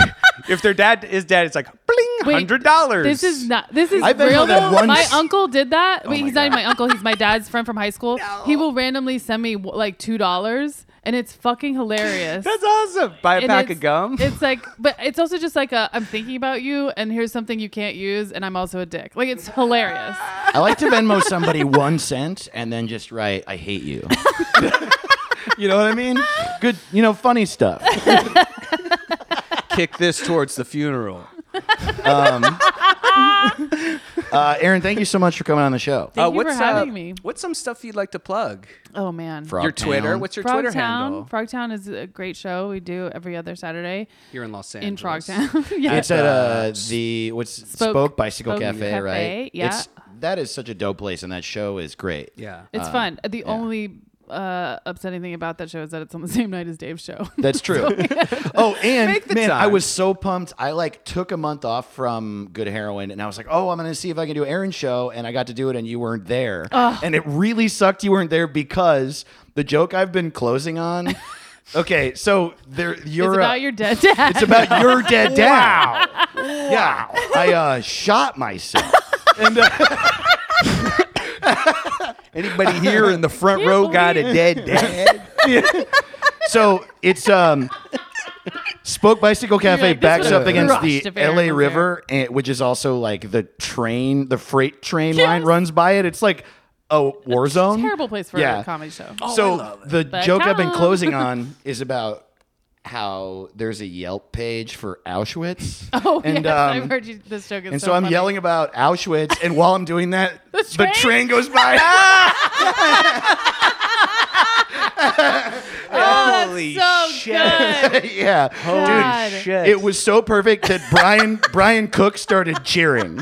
if their dad is dead, it's like bling, Wait, hundred dollars. This is not. This is I Venmoed real. them Though. once. My uncle did that. Oh Wait, my he's not even my uncle. He's my dad's friend from high school. He will randomly send me w- like two dollars, and it's fucking hilarious. That's awesome. Buy a And pack it's- of gum. It's like, but it's also just like a, I'm thinking about you, and here's something you can't use, and I'm also a dick. Like it's hilarious. I like to Venmo somebody one cent and then just write, "I hate you." you know what I mean? Good, you know, funny stuff. Kick this towards the funeral. Uh, Aaron, thank you so much for coming on the show. Thank Uh, you for what's, having uh, me. What's some stuff you'd like to plug? Oh man. Frog your Twitter. Town. What's your Frogtown. Twitter handle? Frogtown is a great show we do every other Saturday Here in Los in Angeles. Frogtown. yeah. It's at uh, the what's Spoke, Spoke- Bicycle Spoke Cafe, Cafe, right? yeah. It's, that is such a dope place, and that show is great. Yeah. uh, It's fun. The only uh, upsetting thing about that show is that it's on the same night as Dave's show. That's true. oh, and Make the man, time. I was so pumped. I like took a month off from Good Heroin, and I was like, "Oh, I'm gonna see if I can do Aaron's show," and I got to do it, and you weren't there, and it really sucked. You weren't there because the joke I've been closing on. okay, so there you're it's a- about your dead dad. It's about your dead dad. Yeah, I uh, shot myself. And, uh, Anybody here in the front Can't row got a believe- dead dad? so it's um spoke bicycle cafe like, this backs would've up been against crushed the if Aaron la was river and, which is also like the train the freight train line runs by it it's like a war zone terrible place Oh, for Mm-hmm. Yeah. a comedy show. so the But joke i've been come. closing on is about how there's a yelp page for auschwitz Oh, and yes, um, I've heard you. This joke is and so, so I'm funny. yelling about Auschwitz, and while I'm doing that, the train, train? goes by. Holy Oh, So good. yeah, God. shit. It was so perfect that Brian Brian Cook started cheering.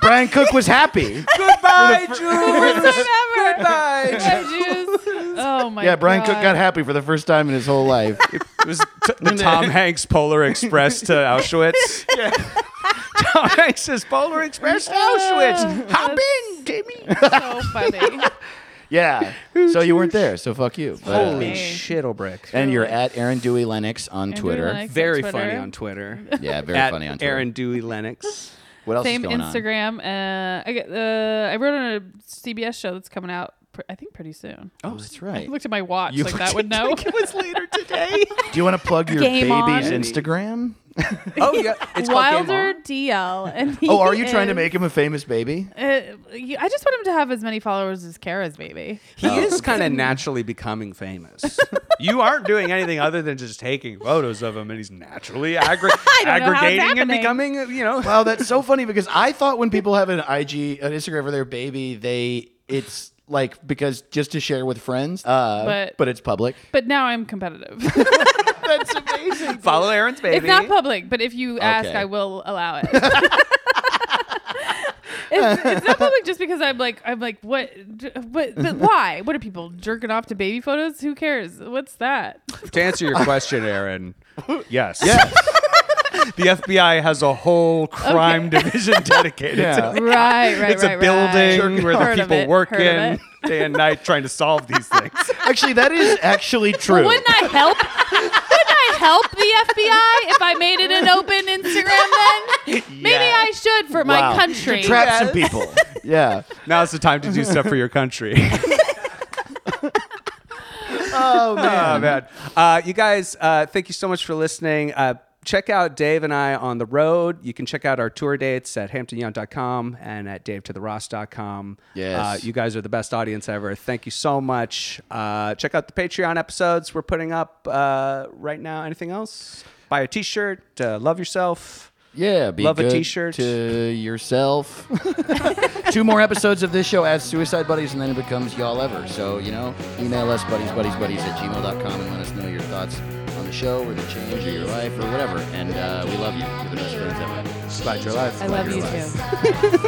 Brian Cook was happy. Goodbye, Jews. Whatever. Goodbye, Jews. I just- Oh my Yeah, Brian God. Cook got happy for the first time in his whole life. It was t- the Tom Hanks Polar Express to Auschwitz. Tom Hanks is Polar Express to Auschwitz. Hop in, Timmy. so funny. Yeah. So you weren't there, so fuck you. But, uh, Holy Hey. shit, brick. and you're at Aaron Dewey Lennox on Dewey Twitter. Lennox. Very Twitter. funny on Twitter. Yeah, very At funny on Twitter. Aaron Dewey Lennox. what else Same is going Instagram. Uh, I, get, uh, I wrote on a CBS show that's coming out. Pr- I think pretty soon. on? Oh, that's right. I looked at my watch You like looked that would know. it was later today. Do you want to plug your Game baby's on. Instagram? Oh yeah, it's called Game Wilder On. DL. And he Oh, are you trying to is- make him a famous baby? Uh, you- I just want him to have as many followers as Kara's baby. He is kind of naturally becoming famous. you aren't doing anything other than just taking photos of him, and he's naturally aggr- don't know how it's aggregating and happening. becoming, you know. Wow, Oh, that's so funny because I thought when people have an IG, an Instagram for their baby, they it's like because just to share with friends, uh, but, But- it's public. But now I'm competitive. That's amazing. Follow Aaron's baby. It's not public, but if you ask, Okay. I will allow it. it's, it's not public just because I'm like I'm like what, but but why? What are people jerking off to baby photos? Who cares? What's that? to answer your question, Aaron, Yes. the FBI has a whole crime division dedicated Yeah. to it. Right, right, It's a building where Heard the of people it, work heard of in it. day and night trying to solve these things. Actually, that is actually true. Wouldn't I help? Wouldn't I help the FBI if I made it an open Instagram then? Maybe I should Wow. for my country. To trap some people. Yeah. Now's the time to do stuff for your country. Oh Oh man, uh, you guys, uh, thank you so much for listening. Uh, check out Dave and I on the road. You can check out our tour dates at HamptonYoung.com and at DaveToTheRoss.com. Yes. uh, you guys are the best audience ever. Thank you so much. Uh, check out the Patreon episodes we're putting up uh, right now. Anything else? Buy a T-shirt. Uh, love yourself. Yeah, be Love a good t-shirt. to yourself. Two more episodes of this show as Suicide Buddies, and then it becomes Y'all Ever. So, you know, email us, buddies, buddies, buddies at gmail.com, and let us know your thoughts on the show or the change of your life or whatever. And uh, we love you. You're the best friends ever. Glad your life. I love you too.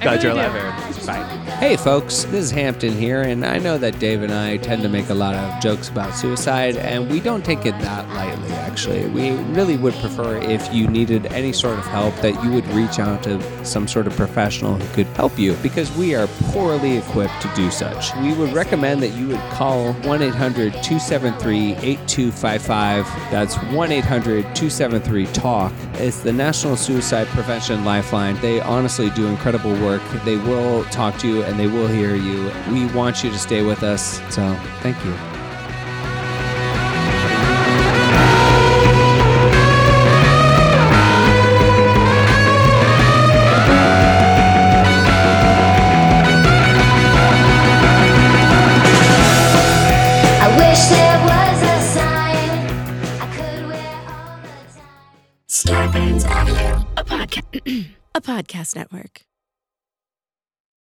God, you're really do. alive, Aaron. Bye. Hey folks, this is Hampton here, and I know that Dave and I tend to make a lot of jokes about suicide, and we don't take it that lightly, actually. We really would prefer if you needed any sort of help that you would reach out to some sort of professional who could help you, because we are poorly equipped to do such. We would recommend that you would call 1 800 273 8255. That's 1 800 273 TALK. It's the National Suicide Prevention Lifeline. They honestly do incredible work. They will talk to you and they will hear you. We want you to stay with us. So thank you. I wish there was a sign I could wear all the time. Scarpins Avenue, a podcast. a podcast network.